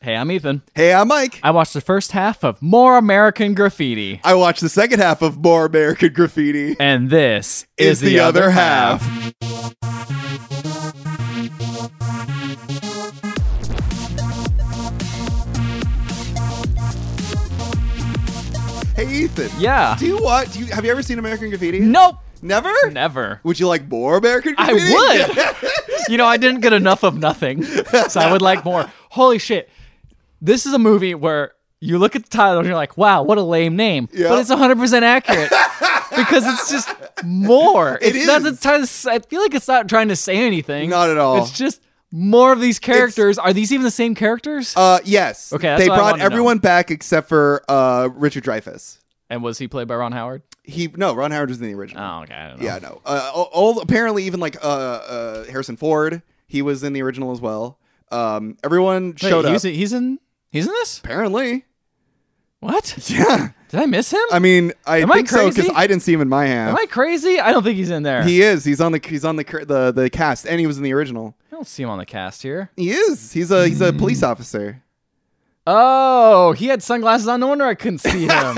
Hey, I'm Ethan. Hey, I'm Mike. I watched the first half of More American Graffiti, I watched the second half of More American Graffiti. and this Is the, other, half. Hey, Ethan. Yeah. Do you want? Do you have you ever seen American Graffiti? Nope, Never. never. Would you like more American I Graffiti? would. you know, I didn't get enough of nothing, so I would like more. Holy shit! This is a movie where you look at the title and you're like, "Wow, what a lame name," Yeah. but it's 100 percent accurate because it's just more. It it's not is. it's trying to. s- I feel like it's not trying to say anything. Not at all. It's just more of these characters. Are these even the same characters? Uh, yes. Okay, that's They what I brought wanna know. everyone back except for uh Richard Dreyfuss. and was he played by Ron Howard? He no, Ron Howard was in the original. Oh, okay. I don't know. Yeah, no. Uh, all, all- apparently even like uh, uh Harrison Ford, he was in the original as well. Um, everyone Wait, showed he's, up. he's in. He's in this. apparently, What? yeah. Did I miss him? I mean, I Am I think so because crazy? I didn't see him in my half. Am I crazy? I don't think he's in there. He is. He's on the he's on the cur- the the cast, and he was in the original. I don't see him on the cast here. He is. He's a he's a Hmm. police officer. Oh, he had sunglasses on. No wonder I couldn't see him.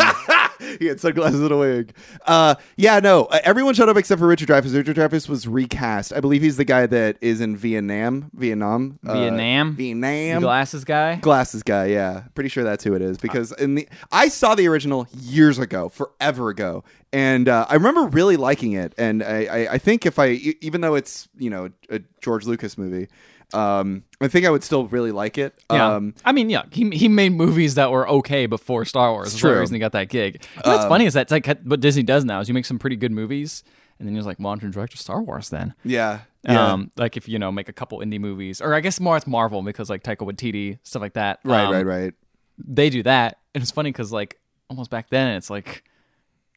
he had sunglasses and a wig. Uh, yeah, no. uh, Everyone showed up except for Richard Dreyfuss. Richard Dreyfuss was recast. I believe he's the guy that is in Vietnam. Vietnam. uh, Vietnam? Vietnam. Glasses guy. Glasses guy, yeah, pretty sure that's who it is because in the I saw the original years ago, forever ago, and uh, I remember really liking it. And I, I, I think if I, e- even though it's you know a George Lucas movie, um, I think I would still really like it. Yeah. Um, I mean, yeah, he, he made movies that were okay before Star Wars. That's the true. Um, reason he got that gig. You know what's funny is that's like what Disney does now is you make some pretty good movies, and then you're like, well, I'm going to direct Star Wars then. yeah, yeah. Um, like if you know make a couple indie movies, or I guess more it's Marvel because like Taika Waititi stuff like that. right, um, right, right. They do that, and it's funny because like almost back then it's like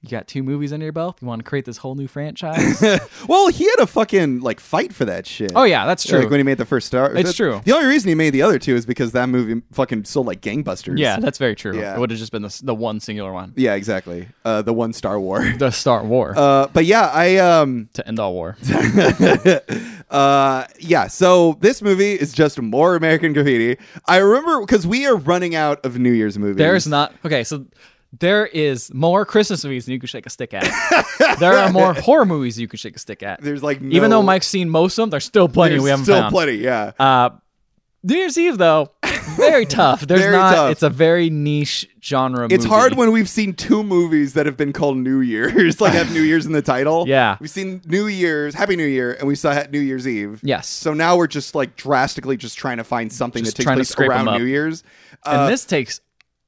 you got two movies under your belt. You want to create this whole new franchise? Well, he had a fucking like fight for that shit. oh yeah, that's true. Like when he made the first Star. It's true. The only reason he made the other two is because that movie fucking sold like gangbusters. Yeah, that's very true. Yeah. It would have just been the, the one singular one. yeah, exactly. Uh, the one Star War. The Star War Uh, but yeah, I um. to end all war. uh yeah so this movie is just more american graffiti i remember because we are running out of new year's movies There's not okay, so there is more Christmas movies than you can shake a stick at. there are more horror movies you can shake a stick at. there's like no, Even though Mike's seen most of them, there's still plenty there's we haven't still found. plenty yeah Uh, New Year's Eve though, very tough. There's Very not. tough. It's a very niche genre. it's movie. hard when we've seen two movies that have been called new year's like have new year's in the title Yeah. we've seen new year's happy new year and we saw Ha- new year's eve Yes. so now we're just like drastically just trying to find something Just that takes trying to place scrape 'em around up. new year's and uh, this takes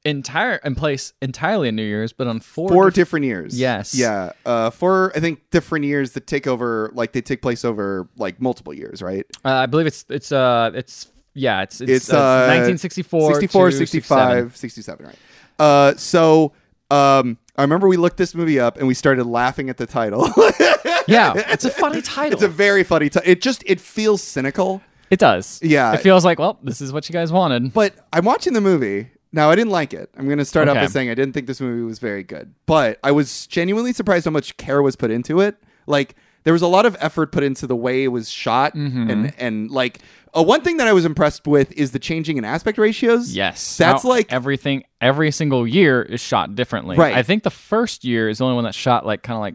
entire in place entirely in New Year's, but on four. four different- different years. Yes. Yeah. Uh, four, I think, different years that take over, like they take place over like multiple years, right? uh, I believe it's it's uh it's yeah it's it's, It's, uh, uh, 1964, 64, to 67. 65, 67, right? Uh, so um, I remember we looked this movie up and we started laughing at the title. yeah, it's a funny title. it's a very funny title. It just, it feels cynical, It does. Yeah. It feels like, well, this is what you guys wanted. but I'm watching the movie. Now, I didn't like it. I'm going to start off Okay. by saying I didn't think this movie was very good, but I was genuinely surprised how much care was put into it. Like, there was a lot of effort put into the way it was shot, Mm-hmm. and and like uh, one thing that I was impressed with is the changing in aspect ratios. Yes. that's How like everything every single year is shot differently. Right. I think the first year is the only one that's shot like kind of like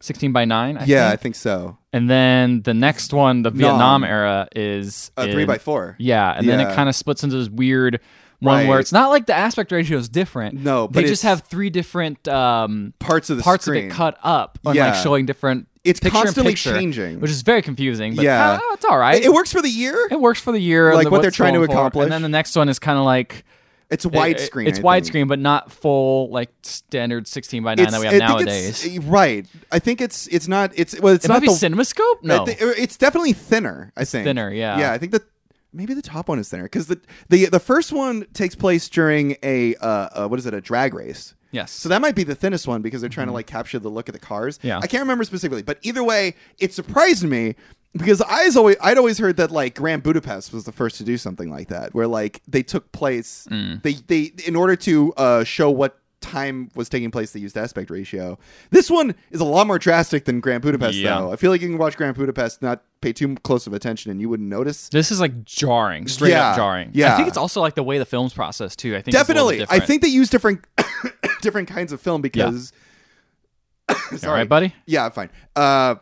16 by 9, I yeah, I think. think so. And then the next one, the Vietnam era is Uh, in- three by four. Yeah, and then Yeah. it kind of splits into this weird one where Right. it's not like the aspect ratio is different. No, but they just it's- have three different um Parts of the parts screen. of it cut up and Yeah. like showing different It's picture in constantly picture, changing. which is very confusing, but Yeah. yeah. it's all right. It, it works for the year. It works for the year, Like the- what they're what's trying to going for. accomplish. and then the next one is kind of like It's widescreen. It's I think. widescreen, but not full like standard sixteen by nine It's- that we I have think nowadays. it's- right. I think it's it's not. It's well. It's it not might be the CinemaScope. No, I thi- it's definitely thinner. I think thinner, yeah. Yeah, I think that maybe the top one is thinner because the the the first one takes place during a uh, uh what is it a drag race. yes. So that might be the thinnest one because they're trying to like capture the look of the cars. Mm-hmm. Yeah. I can't remember specifically, but either way, it surprised me because I was always I'd always heard that like Grand Budapest was the first Mm. to do something like that, where like they took place they they in order to uh, show what time was taking place they used aspect ratio. This one is a lot more drastic than Grand Budapest, Yeah. though. I feel like you can watch Grand Budapest, not pay too close of attention, and you wouldn't notice. This is like jarring, straight Yeah, up jarring. yeah. I think it's also like the way the film's processed too. I think it's a little Definitely, I different. think they use different different kinds of film because. All right, buddy. Yeah, fine. Uh,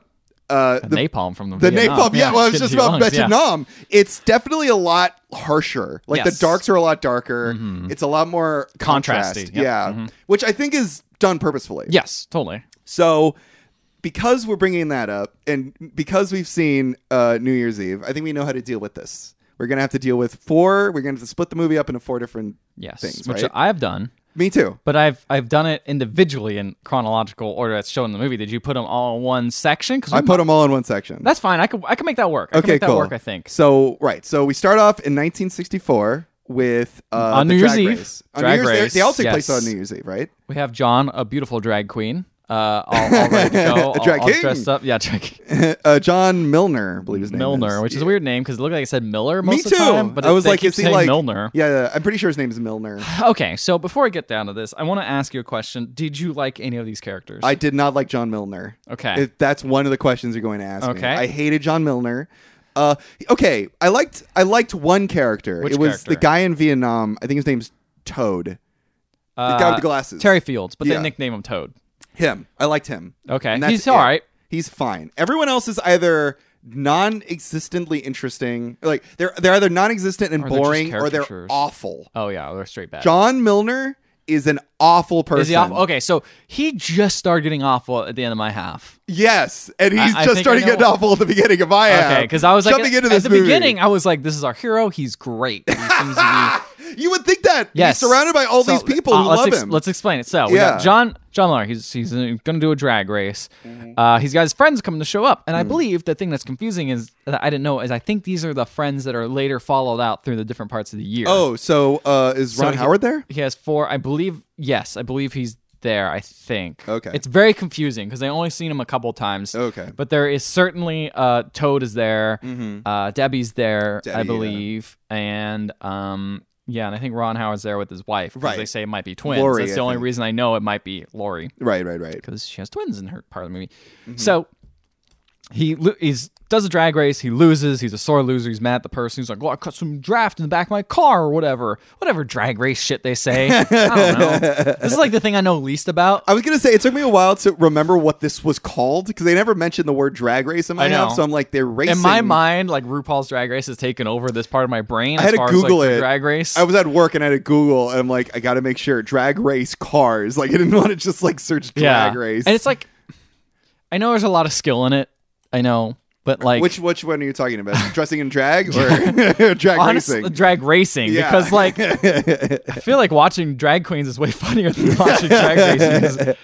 uh, The, the napalm from the The Vietnam. napalm, yeah. well, I was getting just to your about lungs, yeah. Vietnam. It's definitely a lot harsher. Like Yes. Mm-hmm. the darks are a lot darker. It's a lot more contrast. Contrasty, Mm-hmm. yeah. Yeah, which I think is done purposefully. Yes, totally. So, because we're bringing that up, and because we've seen uh, New Year's Eve, I think we know how to deal with this. We're gonna have to deal with four. We're gonna have to split the movie up into four different Yes, things. which right? I've done, Me too. but I've I've done it individually in chronological order that's shown in the movie. Did you put them all in one section? Because I put them all in one section. that's fine. I could I can make that work. I can okay, make that cool. work. I think. So right, so we start off in 1964 with uh, On the New Year's drag Eve. race. On Drag New Year's, they- race, They all take place yes. on New Year's Eve, right? We have John, a beautiful drag queen. Uh, all, all ready to go. A drag all, all king. dressed up. Yeah, drag king. uh, John Milner, I believe his name Milner, is. which is a weird name because it looked like it said Miller most Me of too. the time. But I it- was they like, keep is he saying like Milner? Yeah, yeah, I'm pretty sure his name is Milner. Okay, so before I get down to this, I want to ask you a question. Did you like any of these characters? I did not like John Milner. Okay. If that's one of the questions you're going to ask. me. Okay. I hated John Milner. Uh, okay, I liked I liked one character. Which it was character? the guy in Vietnam. I think his name's Toad. Uh, guy with the glasses. Terry Fields, but Yeah. they nickname him Toad. Him. I liked him. Okay. And that's He's it. all right. He's fine. Everyone else is either non-existently interesting, like they're they're either non-existent and Or they're just boring, or they're caricatures. awful. Oh yeah, they're straight back. John Milner is an awful person. is he awful? Okay, so he just started getting awful at the end of my half. Yes, and he's I- I just think starting I know getting what- awful at the beginning of my half. Okay, because I was like jumping into at this the movie. beginning, I was like, "This is our hero. He's great." He seems to be You would think that Yes. he's surrounded by all So, these people uh, who let's love ex- him. Let's explain it. So, we Yeah. got John John Mueller, he's he's going to do a drag race. Mm-hmm. Uh, he's got his friends coming to show up, and Mm. I believe the thing that's confusing is that I didn't know is I think these are the friends that are later followed out through the different parts of the year. oh, so uh, is So Ron he- Howard there? he has four. I believe yes, I believe he's there. I think. Okay. Oh. It's very confusing because I only seen him a couple times. Okay. But there is certainly uh, Toad is there. Uh, Debbie's there, Mm-hmm. Debbie, yeah. I believe, and um. Yeah, and I think Ron Howard's there with his wife because Right. they say it might be twins. Lori, That's I the only think. reason I know it might be Lori Right, right, right. because she has twins in her part of the movie. Mm-hmm. So he lo- he's does a drag race. He loses. He's a sore loser. He's mad at the person. He's like, "Well, I cut some draft in the back of my car, or whatever, whatever drag race shit they say." I don't know. This is like the thing I know least about. I was gonna say it took me a while to remember what this was called because they never mentioned the word drag race in my I know. half, so I'm like they're racing. In my mind, like RuPaul's Drag Race has taken over this part of my brain. I had as to far Google as, like, it. the Drag race. I was at work and I had to Google, and I'm like, I got to make sure drag race cars. Like I didn't want to just like search drag race. and it's like I know there's a lot of skill in it. I know, but like which which one are you talking about? Dressing in drag or drag honestly, racing? drag racing Yeah. because like I feel like watching drag queens is way funnier than watching drag racing. 'cause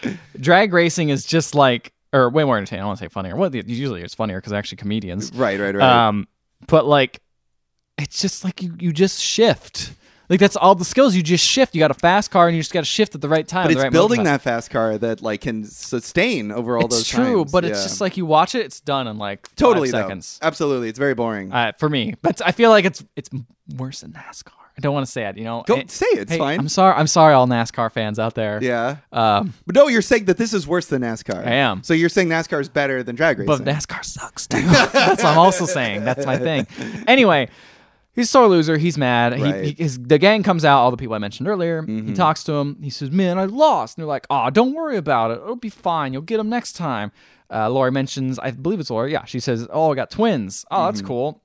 Drag racing is just like or way more entertaining. I want to say funnier. Well, usually it's funnier because actually comedians. right, right, right. Um, but like it's just like you you just shift. Like that's all the skills you just shift. You got a fast car and you just got to shift at the right time. but the it's right building moment. that fast car that like can sustain over all It's those. true, times. but it's Yeah. just like you watch it. It's done in like five totally though. seconds. Absolutely, it's very boring. Uh, for me, but I feel like it's it's worse than NASCAR. I don't want to say it. You know, Go Eh, say it, it's hey, fine. I'm sorry. I'm sorry, all NASCAR fans out there. yeah, Um, but no, you're saying that this is worse than NASCAR. I am. So you're saying NASCAR is better than drag but racing? NASCAR sucks too. That's what I'm also saying. That's my thing. Anyway, he's a sore loser. He's mad. He- Right. Mm-hmm. He, his, the gang comes out. All the people I mentioned earlier. He talks to him. He says, "Man, I lost." And they're like, "Oh, don't worry about it. It'll be fine. You'll get him next time." Uh, Lori mentions, I believe it's Lori. Yeah, she says, "Oh, I got twins. Oh, that's Mm-hmm. cool."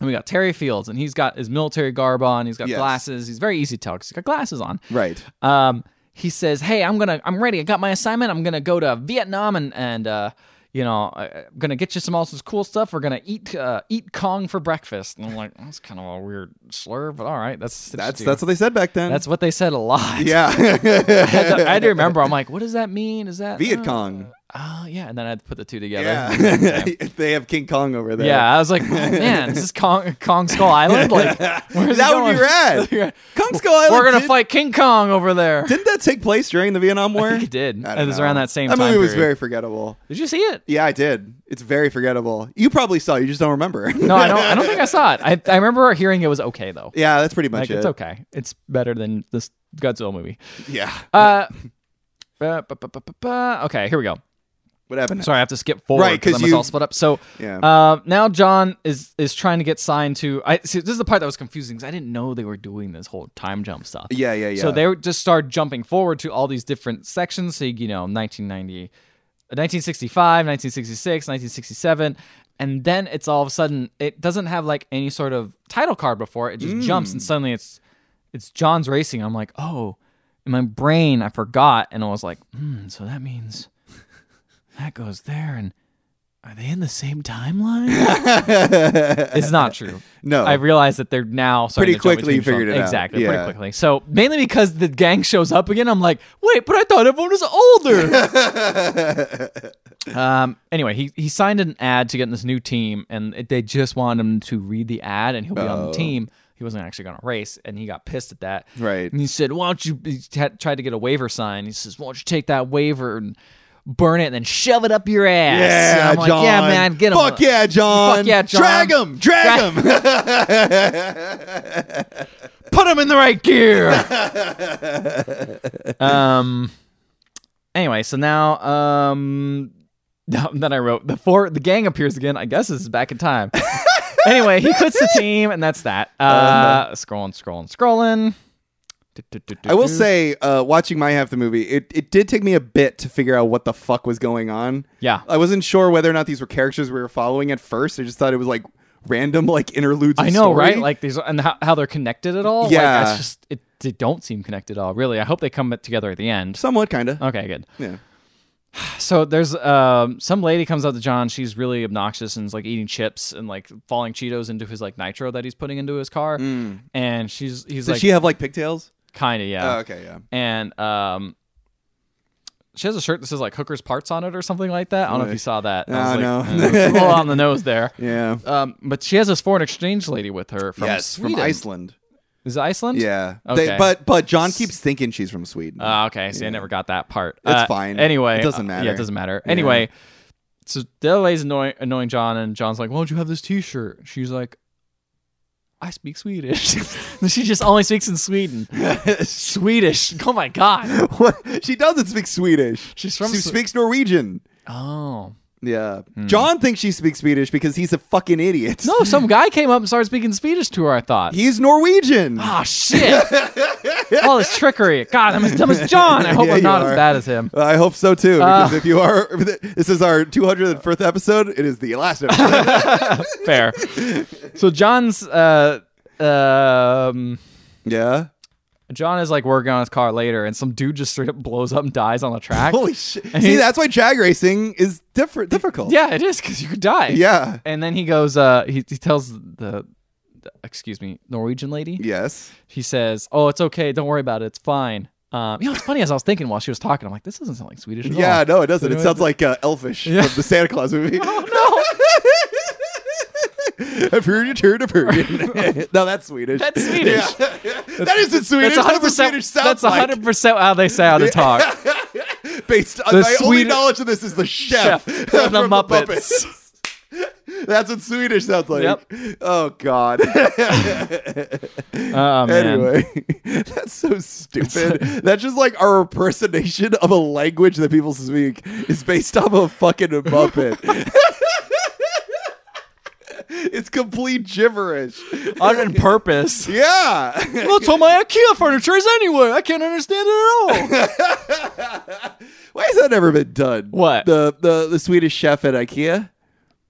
And we got Terry Fields, and he's got his military garb on. He's got Yes. glasses. He's very easy to tell because he's got glasses on. right. Um, he says, "Hey, I'm gonna, I'm ready. I got my assignment. I'm gonna go to Vietnam and and uh, you know, I- I'm gonna get you some all this cool stuff. We're gonna eat uh, eat Kong for breakfast." And I'm like, "That's kind of a weird slur, but all right, that's That's that's that's what they said back then. that's what they said a lot." yeah. I had to remember. I'm like, "What does that mean? Is that Viet uh, Cong. oh yeah, and then I had to put the two together. Yeah, they have King Kong over there. Yeah, I was like, oh, man, is this Kong, Kong Skull Island? Like, where's That it would be going? rad. We're Kong Skull Island. gonna did- fight King Kong over there. Didn't that take place during the Vietnam War? I think it did. I It don't was know. around that same That time. movie was period. very forgettable. Did you see it? Yeah, I did. It's very forgettable. You probably saw. it, You just don't remember. No, I don't. I don't think I saw it. I I remember hearing it was okay though. yeah, that's pretty much Like it. it's okay. It's better than this Godzilla movie. Yeah. Uh, uh, bu- bu- bu- bu- bu- okay, here we go. What happened? Sorry, I have to skip forward Right, 'cause because I'm you- all split up. So Yeah. uh, now John is is trying to get signed to. I see. This is the part that was confusing because I didn't know they were doing this whole time jump stuff. Yeah, yeah, yeah. So they would just start jumping forward to all these different sections. So you know, uh, 1990, 1965, 1966, 1967, and then it's all of a sudden it doesn't have like any sort of title card before it. It just Mm. jumps and suddenly it's it's John's racing. I'm like, oh, in my brain I forgot, and I was like, hmm, so that means that goes there and. Are they in the same timeline? it's not true. no. I realized that they're now starting to Pretty jump quickly you between figured it songs. out. exactly Yeah. pretty quickly. So mainly because the gang shows up again, I'm like, wait, but I thought everyone was older. um. Anyway, he he signed an ad to get in this new team, and it, they just wanted him to read the ad, and he'll be Oh. on the team. He wasn't actually going to race, and he got pissed at that. Right. And he said, "Why don't you?" He t- tried to get a waiver sign. He says, "Why don't you take that waiver and burn it, and then shove it up your ass?" And Yeah, I'm like, John. Yeah, man, get him. Fuck yeah, John. Fuck yeah, John. Drag him. Drag him. put him in the right gear. um. Anyway, so now, um, now- then I wrote the four. The gang appears again. I guess this is back in time. anyway, he quits the team, and that's that. Uh, scrolling, scrolling, scrolling. Uh-huh. I will say, uh, watching my half the movie, it, it did take me a bit to figure out what the fuck was going on. Yeah. I wasn't sure whether or not these were characters we were following at first. I just thought it was like random, like interludes. of I know, story. right? Like these and how, how they're connected at all. like, Yeah. it's just it. They don't seem connected at all. Really, I hope they come together at the end. somewhat, kind of. Okay, good. yeah. So there's um, some lady comes up to John. She's really obnoxious and is like eating chips and like falling Cheetos into his like nitro that he's putting into his car. And she's he's Mm. Does like she have like pigtails? kind of yeah. Oh, okay, yeah. And um, she has a shirt that says like hookers parts on it or something like that. I don't know if you saw that. I was No, like, no. "Mm, it's a little on the nose there. Yeah. Um, but she has this foreign exchange lady with her from yes, Sweden. from Iceland. Is it Iceland? Yeah. They, Okay. but but John keeps thinking she's from Sweden. Ah, okay. See, I never got that part. It's fine. Anyway, It doesn't uh, matter. yeah, it doesn't matter. Anyway, so the other lady's annoying, annoying John, and John's like, "Why don't you have this T-shirt?" She's like, "I speak Swedish." she just only speaks in Sweden. Swedish. Oh my god. What? she doesn't speak Swedish. She's from she Swe- speaks Norwegian. Oh Yeah. John thinks she speaks Swedish because he's a fucking idiot. no! Some guy came up and started speaking Swedish to her. I thought. He's Norwegian. Ah shit! All this trickery. God, I'm as dumb as John. I hope Yeah, I'm you not are. as bad as him. I hope so too. Ah. Because if you are, this is our 201st episode. It is the last episode. Fair. So John's uh um. yeah. John is like working on his car later, and some dude just straight up blows up and dies on the track. Holy shit. And See, he- that's why drag racing is different, difficult. Yeah, it is because you could die. Yeah. And then he goes. Uh, he he tells the, the- excuse me, Norwegian lady. Yes. He says, "Oh, it's okay. Don't worry about it. It's fine." Um, you know, it's funny as I was thinking while she was talking, I'm like, this doesn't sound like Swedish at Yeah. all. No, it doesn't. You It know, sounds like uh, Elfish from the Santa Claus movie. Oh, no, I've heard it, heard, I've heard it. no, that's Swedish. that's Swedish. Yeah. that isn't That's Swedish. That's 100. what Swedish percent sounds That's like. 100 percent how they say how they talk. Based on The my only Swede- knowledge of this is the chef, Chef from the Muppets. Muppets. That's what Swedish sounds like. Yep. Oh God. Oh, man. anyway, that's so stupid. that's just like our impersonation of a language that people speak is based off of fucking Muppet. it's complete gibberish. on purpose. Yeah. That's all my IKEA furniture is anyway. I can't understand it at all. Why has that never been done? What? the the the Swedish chef at IKEA?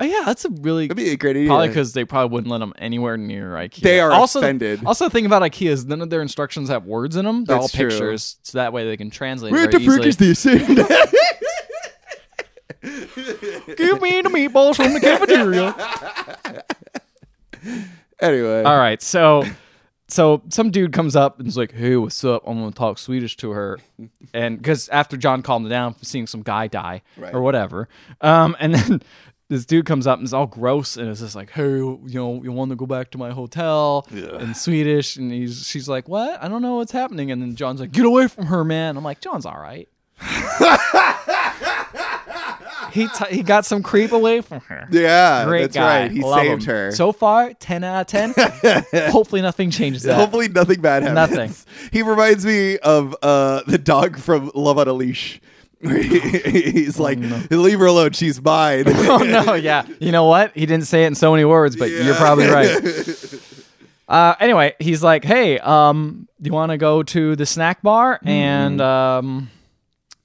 Oh, yeah, that's a really That'd be a great idea. Probably because they probably wouldn't let them anywhere near IKEA. They are also, offended. Also, the thing about IKEA is none of their instructions have words in them. They're That's all true. pictures, so that way they can translate. Where very the frick easily. is this? Give me the meatballs from the cafeteria. anyway, all right, so so some dude comes up and is like, "Hey, what's up? I'm gonna talk Swedish to her," and because after John calmed down from seeing some guy die Right. or whatever, um, and then this dude comes up and is all gross and is just like, "Hey, you know, you want to go back to my hotel in Swedish?" And he's she's like, "What? I don't know what's happening." And then John's like, "Get away from her, man!" I'm like, "John's all right." he t- he got some creep away from her. Yeah, Great that's guy. right. He Love saved him. her. So far, ten out of ten. Hopefully, nothing changes that. Hopefully nothing bad happens. Nothing. He reminds me of uh, the dog from Love on a Leash. Where he- He's like, leave her alone. She's mine. oh no, yeah. You know what? He didn't say it in so many words, but you're Yeah. probably right. Uh, anyway, he's like, "Hey, um, do you want to go to the snack bar Hmm. and um,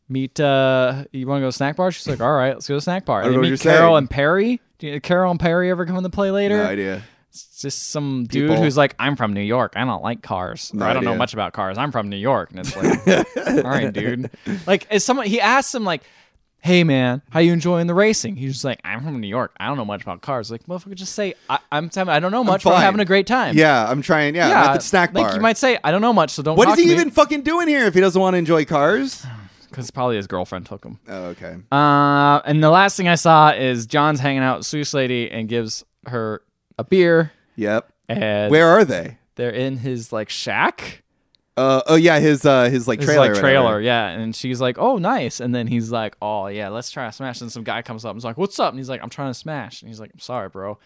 meet? Uh, you want to go to the snack bar?" She's like, "All right, let's go to the snack bar." And don't they know what meet you're Carol saying. and Perry. Do you, Carol and Perry ever come into play later? no idea. It's just some dude People. who's like, "I'm from New York. I don't like cars. No or I don't know idea. much about cars. I'm from New York." And it's like, "All right, dude." Like, as someone he asks him like, "Hey, man, how you enjoying the racing?" He's just like, "I'm from New York. I don't know much about cars." Like, motherfucker, just say, I- "I'm having, I don't know much, but I'm fine. having a great time." Yeah, I'm trying. Yeah, I'm at the snack bar. Like you might say, "I don't know much, so don't." what talk is he even fucking doing here if he doesn't want to enjoy cars? Because probably his girlfriend took him. Oh, okay. Uh, and the last thing I saw is John's hanging out with Seuss lady and gives her a beer, Yep. and Where are they? they're in his like shack. Uh, oh yeah, his uh, his like His trailer. like or trailer, whatever. yeah. And she's like, "Oh, nice." And then he's like, "Oh yeah, let's try to smash." And some guy comes up and is like, "What's up?" And he's like, "I'm trying to smash." And he's like, "I'm sorry, bro."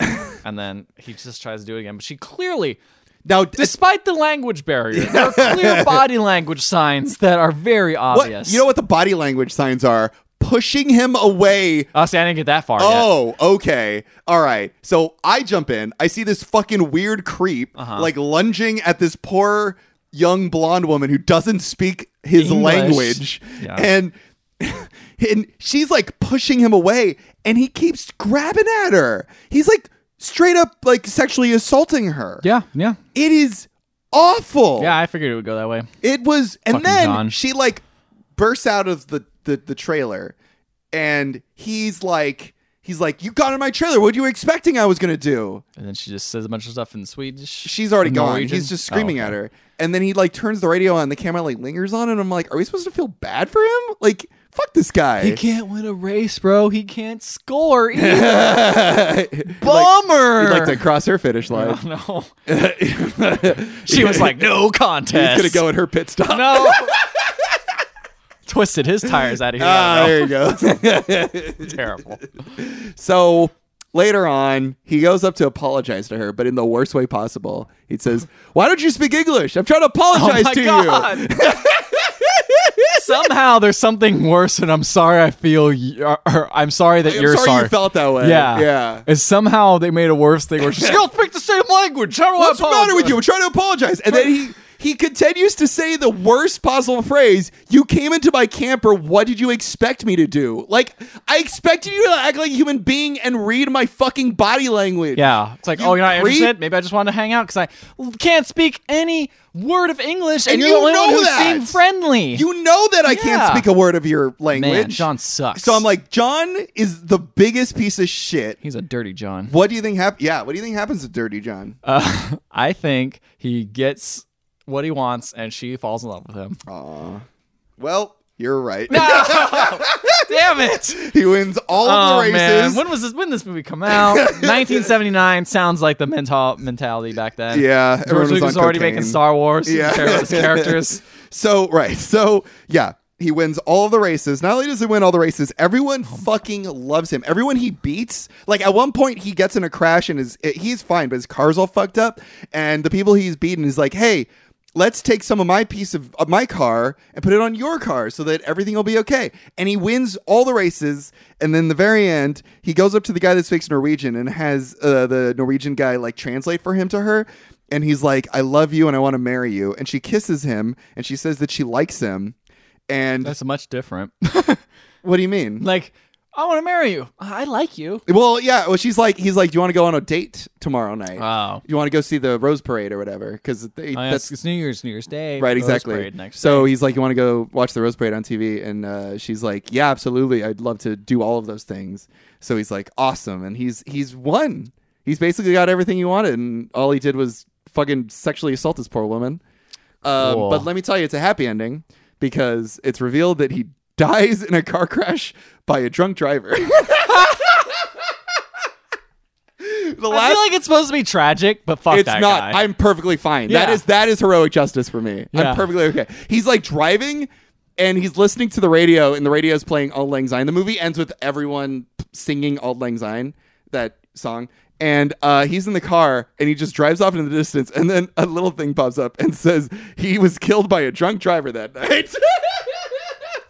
and then he just tries to do it again, but she clearly, Now, despite the language barrier, there are clear body language signs that are very what, obvious. you know what the body language signs are? Pushing him away Oh, see, I didn't get that far. yet. Oh, okay. All right. So I jump in. I see this fucking weird creep Uh-huh. like lunging at this poor young blonde woman who doesn't speak his English. language. Yeah. And and she's like pushing him away and he keeps grabbing at her. He's like straight up like sexually assaulting her. yeah, yeah, It is awful. yeah. I figured it would go that way. It was, and Fucking then John. she like bursts out of the, the the trailer, and he's like, he's like, "You got in my trailer. What were you expecting I was gonna do?" And then she just says a bunch of stuff in Swedish. She's already gone. Norwegian? He's just screaming Oh, okay. at her, and then he like turns the radio on. The camera like lingers on, and I'm like, "Are we supposed to feel bad for him? Like, fuck this guy." He can't win a race, bro. He can't score. either. Bummer. Bummer. He'd like to cross her finish line. no. She was like, no he's contest. gonna go at her pit stop. No. Twisted his tires out of here. Ah, I don't there you go. Ah. know. Terrible. So later on, he goes up to apologize to her, but in the worst way possible. He says, "Why don't you speak English? I'm trying to Oh apologize to you." Somehow there's something worse, and I'm sorry. I feel y- or, or I'm sorry that I'm you're sorry, sorry. you felt that way. yeah, yeah. And somehow they made a worse thing where she's like, "You don't speak the same language. How do I What's the matter apologize?" with you? I'm trying to apologize, and then he. He continues to say the worst possible phrase. You came into my camper. What did you expect me to do? Like, I expected you to act like a human being and read my fucking body language. Yeah, it's like, You oh, you're not creep. interested. Maybe I just wanted to hang out because I can't speak any word of English, and, And you're you the only one know who that. seemed friendly. You know that I Yeah. can't speak a word of your language. man, John sucks. So I'm like, John is the biggest piece of shit. he's a dirty John. What do you think hap- Yeah, what do you think happens to Dirty John? Uh, I think he gets what he wants, and she falls in love with him. Aw. Well, you're right. Oh. Damn it! he wins all Oh of the man, races. when was this? When this movie come out? 1979 sounds like the mental mentality back then. Yeah, everyone George was Lucas on already cocaine. making Star Wars. He didn't Yeah. care about his characters. So right. So yeah, he wins all of the races. Not only does he win all the races, everyone fucking loves him. Everyone he beats. Like at one point, he gets in a crash and is eh, he's fine, but his car's all fucked up. And the people he's beaten is like, hey. Let's take some of my piece of, of my car and put it on your car so that everything will be okay. And he wins all the races. And then the very end, he goes up to the guy that speaks Norwegian and has uh, the Norwegian guy like translate for him to her and he's like, "I love you and I want to marry you." And she kisses him and she says that she likes him. And That's much different. what do you mean? like, I want to marry you. I like you. well, yeah. Well, she's like, he's like, "Do you want to go on a date tomorrow night? Wow. you want to go see the Rose Parade or whatever?" Because Uh. Oh, yeah, it's, that's it's New Year's, New Year's Day. right, Rose exactly. Parade next. So he's like, "You want to go watch the Rose Parade on TV?" And uh, she's like, "Yeah, absolutely. I'd love to do all of those things." So he's like, "Awesome!" And he's he's won. He's basically got everything he wanted, and all he did was fucking sexually assault this poor woman. Um, Cool. But let me tell you, it's a happy ending because it's revealed that he dies in a car crash by a drunk driver. the I feel like it's supposed to be tragic, but fuck it's that not. guy. I'm perfectly fine. That Yeah. is that is heroic justice for me. Yeah. I'm perfectly okay. He's like driving and he's listening to the radio and the radio is playing Auld Lang Syne. The movie ends with everyone singing Auld Lang Syne, that song. And uh, he's in the car and he just drives off into the distance and then a little thing pops up and says he was killed by a drunk driver that night.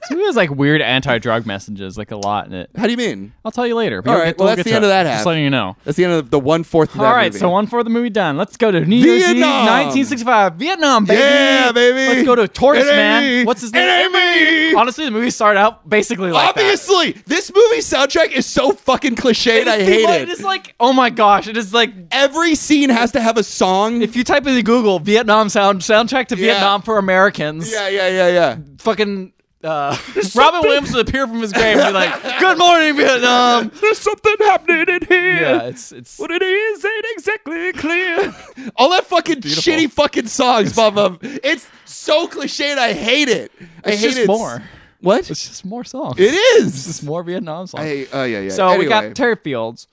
This movie has like weird anti-drug messages, like a lot in it. How do you mean? I'll tell you later. but All we'll right, get- well, we'll that's get the to end it. of that half. Just letting you know. That's the end of the one fourth. All right, so one for the movie done. Let's go to New Year's Eve, Vietnam! 1965, Vietnam, baby. Yeah, baby. Let's go to Tortoise It ain't Man. me. What's his It name? ain't me. Honestly, the movie started out basically like that. Obviously, this movie soundtrack is so fucking cliched. I It's hate people- it. It is like, oh my gosh, it is like Every scene has to have a song. if you type into Google Vietnam sound soundtrack to Vietnam for Americans, yeah, yeah, yeah, yeah. fucking uh, Robin Williams would appear from his grave and be like, "Good morning, Vietnam." There's something happening in here. Yeah, it's it's it is ain't exactly clear. All that fucking Beautiful. shitty fucking songs pop up. It's so cliched. I hate it. I It's hate just it. more. What? it's just more songs. It is. It's more Vietnam songs. I, oh yeah, yeah. so we Anyway, got Terry Fields.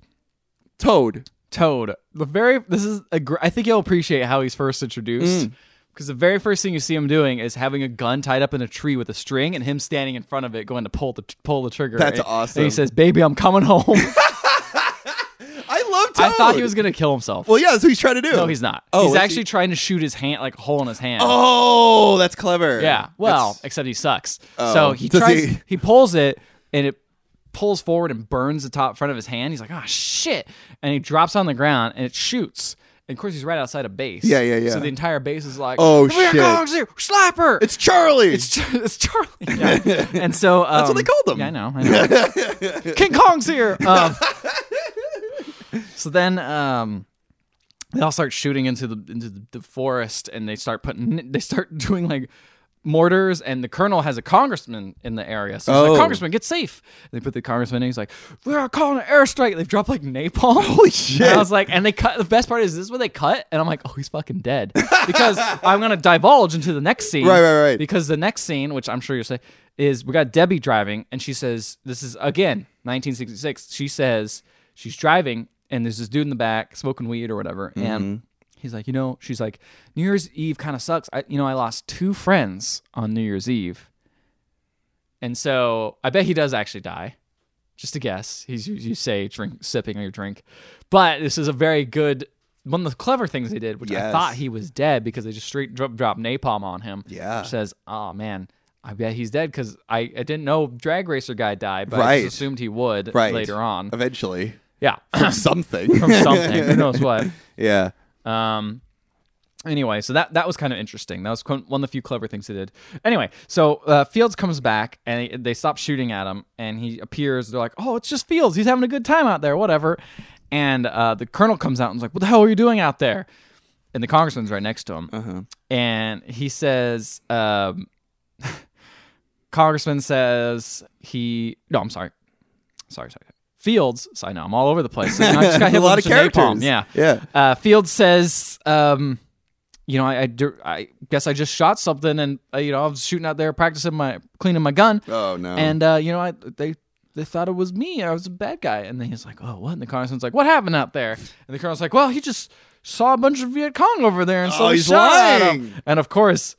Toad. Toad. The very this is a gr- I think you'll appreciate how he's first Mm. introduced because the very first thing you see him doing is having a gun tied up in a tree with a string and him standing in front of it going to pull the pull the trigger. That's And- awesome. And he says, "Baby, I'm coming home." I love Toad. I thought he was gonna kill himself. Well, yeah, that's what he's trying to do. no, he's not. Oh, he's is he- actually trying to shoot his hand like a hole in his hand. Oh, that's clever. Yeah. Well, That's- except he sucks. Oh. So he Does tries. He... he- pulls it, and it pulls forward and burns the top front of his hand. He's like, "Ah, shit!" And he drops on the ground, and it shoots. And of course, he's right outside a base. Yeah, yeah, yeah. So the entire base is like, Oh, "Come here, shit. Cogs, you slapper!" it's Charlie. it's, Ch- it's Charlie. Yeah. and so um, that's what they called him. Yeah, I know. I know. King Kong's here. Um, so then. Um, they all start shooting into the into the, the forest and they start putting they start doing like mortars and the colonel has a congressman in the area so he's Oh. like congressman get safe and they put the congressman in he's like we're calling an airstrike they've dropped like napalm holy shit. and i was like and they cut the best part is this is what they cut and i'm like oh he's fucking dead because i'm gonna divulge into the next scene Right, right, right. because the next scene which i'm sure you'll say is we got debbie driving and she says this is again 1966 she says she's driving and there's this dude in the back smoking weed or whatever Mm-hmm. and he's like you know she's like new year's eve kind of sucks i you know i lost two friends on new year's eve and so i bet he does actually die just a guess he's you, you say drink sipping on your drink but this is a very good one of the clever things they did which i Yes. thought he was dead because they just straight drop, drop napalm on him Yeah. which says oh man i bet he's dead because I, I didn't know drag racer guy died but i Right. just assumed he would Right. Uh, later on Eventually, yeah something. from something who knows what yeah. um, anyway, so that that was kind of interesting. That was qu- one of the few clever things they did. Anyway, so uh, Fields comes back and they, they stop shooting at him, and he appears. They're like, "Oh, it's just Fields. He's having a good time out there, whatever." And uh, the colonel comes out and's like, "What the hell are you doing out there?" And the congressman's right next to him, Uh-huh. and he says, um, "Congressman says he no, I'm sorry, sorry, sorry." Fields, so I know I'm all over the place. I just got hit a with lot of bunch napalm. characters. Yeah, Yeah. uh, Field says, um, you know, I, I, dir- I guess I just shot something, and uh, you know, I was shooting out there, practicing my cleaning my gun, Oh no. and uh, you know, I they they thought it was me. I was a bad guy, and then he's like, oh, what? And the congressman's like, what happened out there? And the colonel's like, well, he just saw a bunch of Viet Cong over there, and so Oh, he he's shot at him. lying. And of course,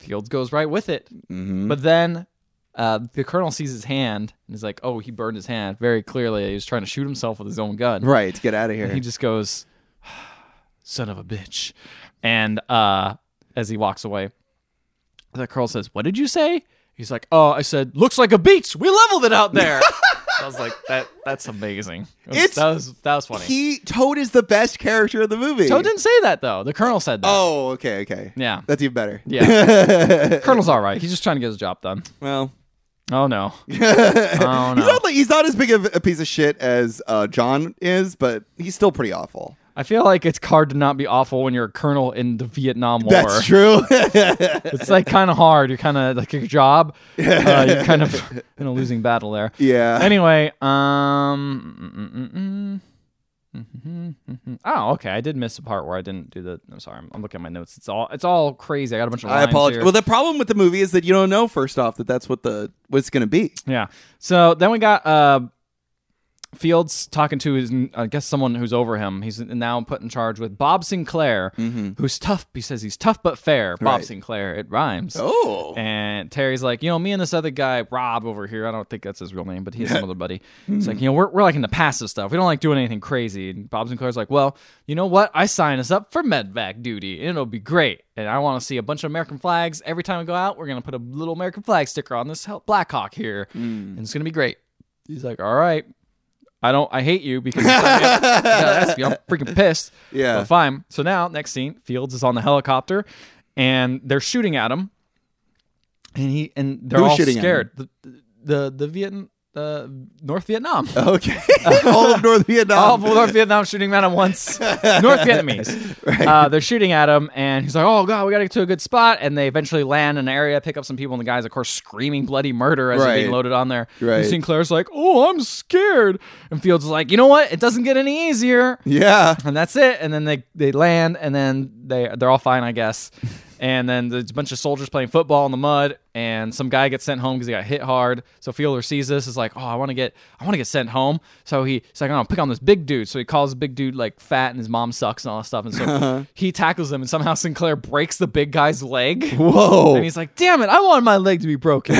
Fields goes right with it, Mm-hmm. but then. Uh, the colonel sees his hand and he's like, "Oh, he burned his hand very clearly. He was trying to shoot himself with his own gun." right. Get out of here. he just goes son of a bitch and uh as he walks away the girl says what did you say he's like oh i said looks like a beach we leveled it out there i was like that that's amazing It was- It's- that was that was funny He Toad is the best character in the movie. Joe didn't say that though the colonel said that Oh, okay, okay. yeah That's even better. Yeah. colonel's all right he's just trying to get his job done Well, oh no he's oh no not like he's not as big of a piece of shit as uh, John is, but he's still pretty awful. i feel like it's hard to not be awful when you're a colonel in the vietnam war That's true. it's like kind of hard. You're kind of like your job. Uh, you're kind of in a losing battle there. yeah. Anyway, um, mm, mm, mm, mm. Oh, okay. I did miss a part where I didn't do the. I'm sorry. I'm, I'm looking at my notes. It's all it's all crazy. I got a bunch of. I lines apologize. here. Well, the problem with the movie is that you don't know first off that that's what the what's going to be. Yeah. So then we got uh, Fields talking to his, I guess, someone who's over him. He's now put in charge with Bob Sinclair, who's tough. He says he's tough but fair. Bob Mm-hmm. Right. Sinclair. It rhymes. Oh, And Terry's like, you know, me and this other guy, Rob over here, I don't think that's his real name, but he has some other buddy. It's like, you know, we're, we're like into passive stuff. We don't like doing anything crazy. And Bob Sinclair's like, well, you know what? I sign us up for medvac duty. It'll be great. And I want to see a bunch of American flags. Every time we go out, we're going to put a little American flag sticker on this hel- Blackhawk here. And it's going to be great. He's like, all right. I don't, I hate you because you signed me up yeah, that's- I'm freaking pissed. Yeah. But fine. So now, next scene, Fields is on the helicopter, and they're shooting at him, and he and they're Who's all shooting at scared. The the the Vietnam, uh, North Vietnam. okay. All of North Vietnam. All of North Vietnam shooting at him once. North Vietnamese. Uh, they're shooting at him, and he's like, "Oh God, we got to get to a good spot." And they eventually land in an area, pick up some people, and the guys, of course, screaming bloody murder as they're being Right. loaded on there. Right. And Sinclair's like, "Oh, I'm scared," and Fields is like, "You know what? It doesn't get any easier." yeah. and that's it. And then they they land, and then they they're all fine, I guess. And then there's a bunch of soldiers playing football in the mud, and some guy gets sent home because he got hit hard. So Fielder sees this, is like, oh, I want to get I want to get sent home. So he, he's like, I'm gonna pick on this big dude. So he calls the big dude like fat, and his mom sucks and all that stuff. And so he tackles him, and somehow Sinclair breaks the big guy's leg. And Whoa. he's like, damn it, I wanted my leg to be broken.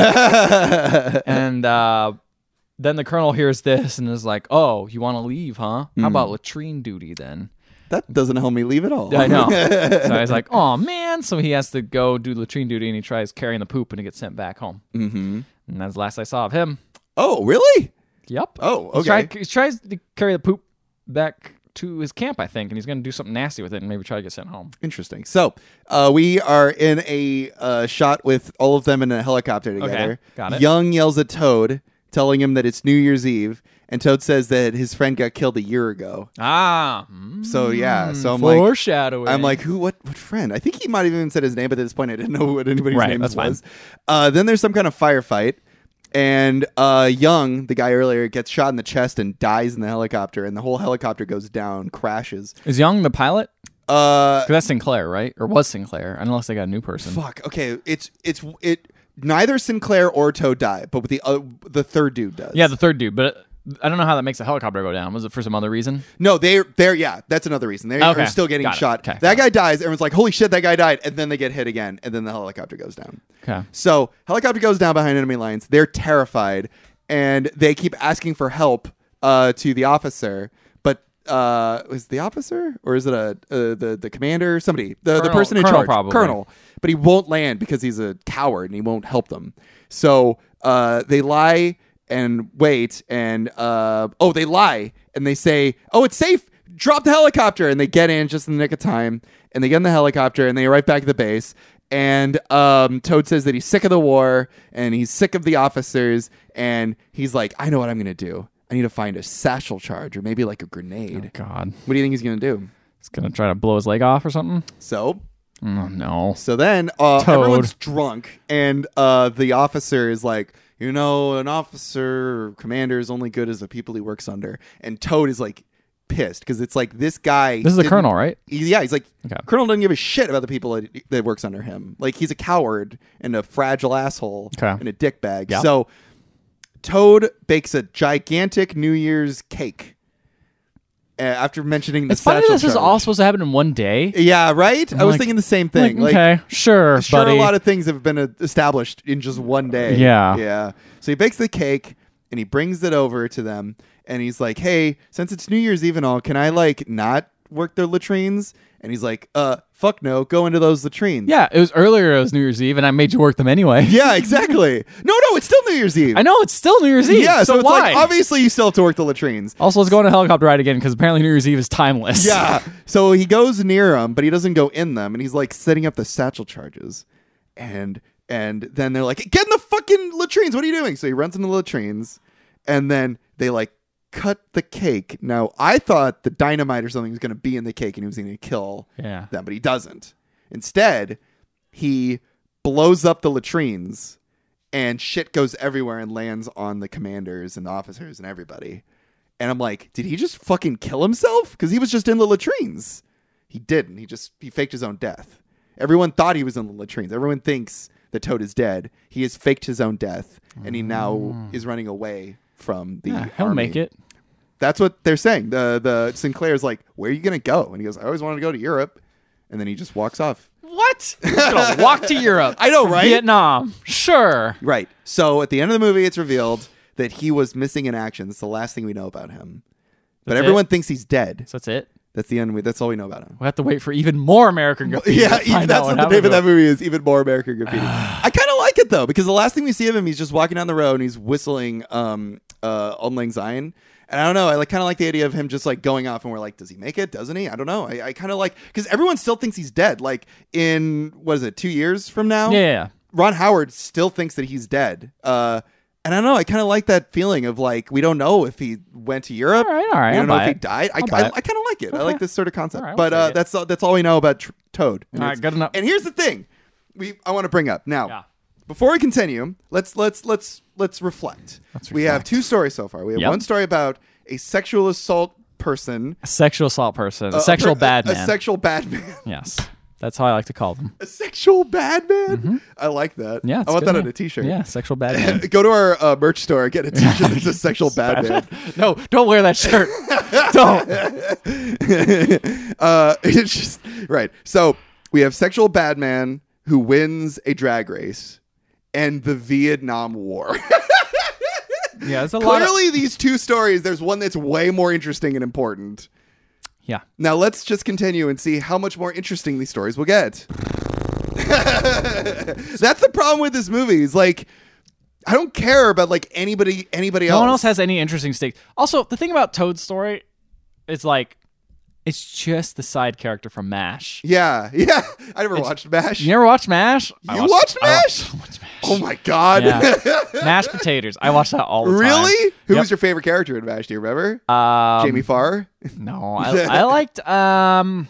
and uh, then the colonel hears this and is like, oh, you want to leave, huh? How about latrine duty then? That doesn't help me leave at all. I know. so I was like, oh, man. So he has to go do latrine duty and he tries carrying the poop and he gets sent back home. Mm-hmm. And that's the last I saw of him. Oh, really? Yep. Oh, He, tried- okay. he tries to carry the poop back to his camp, I think, and he's going to do something nasty with it and maybe try to get sent home. Interesting. So uh, we are in a uh, shot with all of them in a helicopter together. got it. Young yells at Toad, telling him that it's New Year's Eve, and Toad says that his friend got killed a year ago. Ah. So yeah. So I'm like, foreshadowing. I'm like, who? What? What friend? I think he might have even said his name, but at this point, I didn't know what anybody's Right, name that's fine. was. Uh, then there's some kind of firefight, and uh, Young, the guy earlier, gets shot in the chest and dies in the helicopter, and the whole helicopter goes down, crashes. is Young the pilot? Uh, 'Cause that's Sinclair, right? Or was Sinclair? Unless they got a new person. fuck. Okay, it's it's it. Neither Sinclair or Toad die, but with the uh, the third dude does. Yeah, the third dude. But I don't know how that makes a helicopter go down. Was it for some other reason? no, they're they're yeah. That's another reason they Okay, are still getting got it. shot. Okay, that guy dies. Everyone's like, holy shit, that guy died, and then they get hit again, and then the helicopter goes down. Okay. So helicopter goes down behind enemy lines. They're terrified, and they keep asking for help uh, to the officer. But uh, is the officer or is it a uh, the the commander? Somebody, the the Colonel- person in colonel charge, probably. colonel. But he won't land because he's a coward and he won't help them. So uh, they lie and wait, and uh, oh, they lie and they say, "Oh, it's safe." Drop the helicopter, and they get in just in the nick of time. And they get in the helicopter, and they arrive back at the base and um, Toad says that he's sick of the war and he's sick of the officers, and he's like, I know what I'm gonna do. I need to find a satchel charge or maybe like a grenade. God, What do you think he's gonna do? he's gonna try to blow his leg off or something. So, Oh no. so then uh, Toad. everyone's drunk, and uh, the officer is like, you know, an officer or commander is only good as the people he works under, and Toad is like pissed because it's like this guy. This is the didn't- colonel, right? He- Yeah, he's like Okay. Colonel doesn't give a shit about the people that, that works under him. Like he's a coward and a fragile asshole Okay. and a dickbag. Yeah. So Toad bakes a gigantic New Year's cake. Uh, after mentioning the It's funny satchel this is charge. all supposed to happen in one day. Yeah, right. I was like- thinking the same Like, thing. Like, okay, sure, sure, buddy. a lot of things have been uh, established in just one day. Yeah. yeah. So he bakes the cake and he brings it over to them, and he's like, "Hey, since it's New Year's Eve and all, can I like not work their latrines?" And he's like, "Uh, fuck no, go into those latrines." yeah, it was earlier. It was New Year's Eve, and I made you work them anyway. Yeah, exactly. no, no, it's still New Year's Eve. I know it's still New Year's Eve. Yeah, so, it's why? like obviously you still have to work the latrines. also, let's go on a helicopter ride again because apparently New Year's Eve is timeless. Yeah. So he goes near them, but he doesn't go in them, and he's like setting up the satchel charges, and and then they're like, "Get in the fucking latrines! What are you doing?" So he runs into the latrines, and then they like cut the cake. Now I thought the dynamite or something was going to be in the cake, and he was going to kill Yeah. them, but he doesn't. Instead, he blows up the latrines, and shit goes everywhere and lands on the commanders and the officers and everybody. and I'm like, did he just fucking kill himself? Because he was just in the latrines. He didn't. He just he faked his own death. Everyone thought he was in the latrines. Everyone thinks that Toad is dead. He has faked his own death, and he now is running away from the. Mm. Yeah, he'll army. make it. That's what they're saying. The the Sinclair's like, where are you gonna go? And he goes, I always wanted to go to Europe, and then he just walks off. What? He's gonna walk to Europe. I know, from right? Vietnam. Sure. Right. So at the end of the movie, it's revealed that he was missing in action. That's the last thing we know about him. But That's everyone thinks he's dead. So that's it. That's the end. That's all we know about him. We'll have to wait for even more American Graffiti. Yeah, to even, find that's out what the happened name to of that him. movie is. Even more American Graffiti. I kind of like it though because the last thing we see of him, he's just walking down the road and he's whistling um uh "Auld Lang Syne." And I don't know. I like kind of like the idea of him just like going off, and we're like, does he make it? Doesn't he? I don't know. I, I kind of like because everyone still thinks he's dead. Like in what is it? Two years from now? Yeah, yeah, yeah. Ron Howard still thinks that he's dead. Uh, and I don't know. I kind of like that feeling of like we don't know if he went to Europe. All right, all right, We I'll don't know buy if he it. died. I, I'll I, buy it. kind of like it. I Okay. like this sort of concept. All right, I'll but uh, take it. that's all, that's all we know about tr- Toad. And All right, it's- good enough. And here's the thing, we I want to bring up now. Yeah. Before we continue, let's let's let's let's reflect. Let's We have two stories so far. We have Yep. one story about a sexual assault person, A sexual assault person, a a- sexual Uh, a- bad man. a sexual bad man. yes, that's how I like to call them. a sexual bad man. I like that. Mm-hmm. Yeah, it's I want good, that yeah. on a T-shirt. Yeah, sexual bad man. Go to our uh, merch store and get a T-shirt that's a sexual bad man. no, don't wear that shirt. don't. uh, it's just right. So we have sexual bad man who wins a drag race and the Vietnam War. Yeah, there's a lot. Of, Clearly, these two stories. There's one that's way more interesting and important. yeah, Now let's just continue and see how much more interesting these stories will get. That's the problem with this movie. Is like, I don't care about like anybody anybody no else. one else has any interesting stakes. Also, the thing about Toad's story is like, it's just the side character from Mash. yeah, yeah. I never watched Mash. You never watched Mash? I You watched I MASH? I watched Mash. Oh my god. Yeah. Mashed potatoes. I watch that all the time. really? Who Yep. was your favorite character in Mash? Do you remember? Um, Jamie Farr. No, I, I liked um,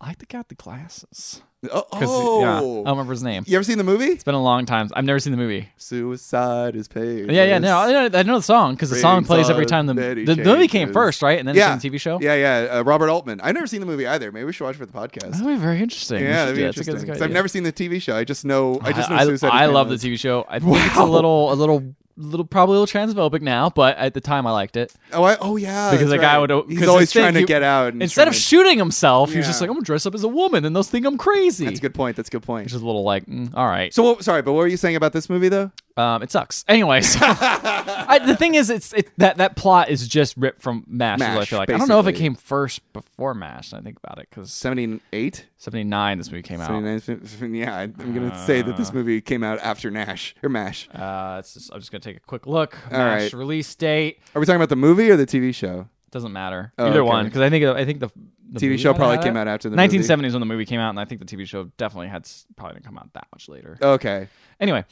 I liked the guy with the glasses. Oh, 'Cause, yeah, Um, I oh. don't remember his name. you ever seen the movie? It's been a long time. I've never seen the movie. Suicide is paid. Yeah, yeah, no, I know, I know the song because the song Ratings plays are every time the many the, the movie came changes. first, right? And then Yeah. it's on the TV show. Yeah, yeah. Uh, Robert Altman. I've never seen the movie either. Maybe we should watch it for the podcast. that would be very interesting. Yeah, Oh, We should that'd do be that. It's a good- interesting. it's a good 'Cause I've idea. never seen the TV show. I just know. I just know. I, Suicide I is love the Painless. TV show. I think it's a little a little little probably a little transphobic now, but at the time I liked it. Oh, I, oh yeah. Because that's the guy right. would- 'cause He's his always thing, trying to he- get out. and Instead of trying- shooting himself, he was just Mm, Yeah. like, "I'm gonna dress up as a woman, and they'll think I'm crazy." That's a good point. That's a good point. Which is a little like, mm, all right, So what, sorry, but what were you saying about this movie though? um, it sucks. Anyway, so I, the thing is, it's it, that that plot is just ripped from Mash. is what I MASH, feel like I don't know if it basically. came first before Mash. I think about it because Seventy eight. seventy nine, this movie came out. Yeah, I- I'm gonna say that this movie came out after Nash or Mash. Uh, it's just, I'm just gonna take a quick look. All Mash right. release date Are we talking about the movie or the TV show? doesn't matter. Oh, Either okay. one, because I think I think the, the TV movie show might have probably had came it. out after the 1970s when the movie came out, and I think the TV show definitely had s- probably didn't come out that much later. Movie. Okay. Anyway,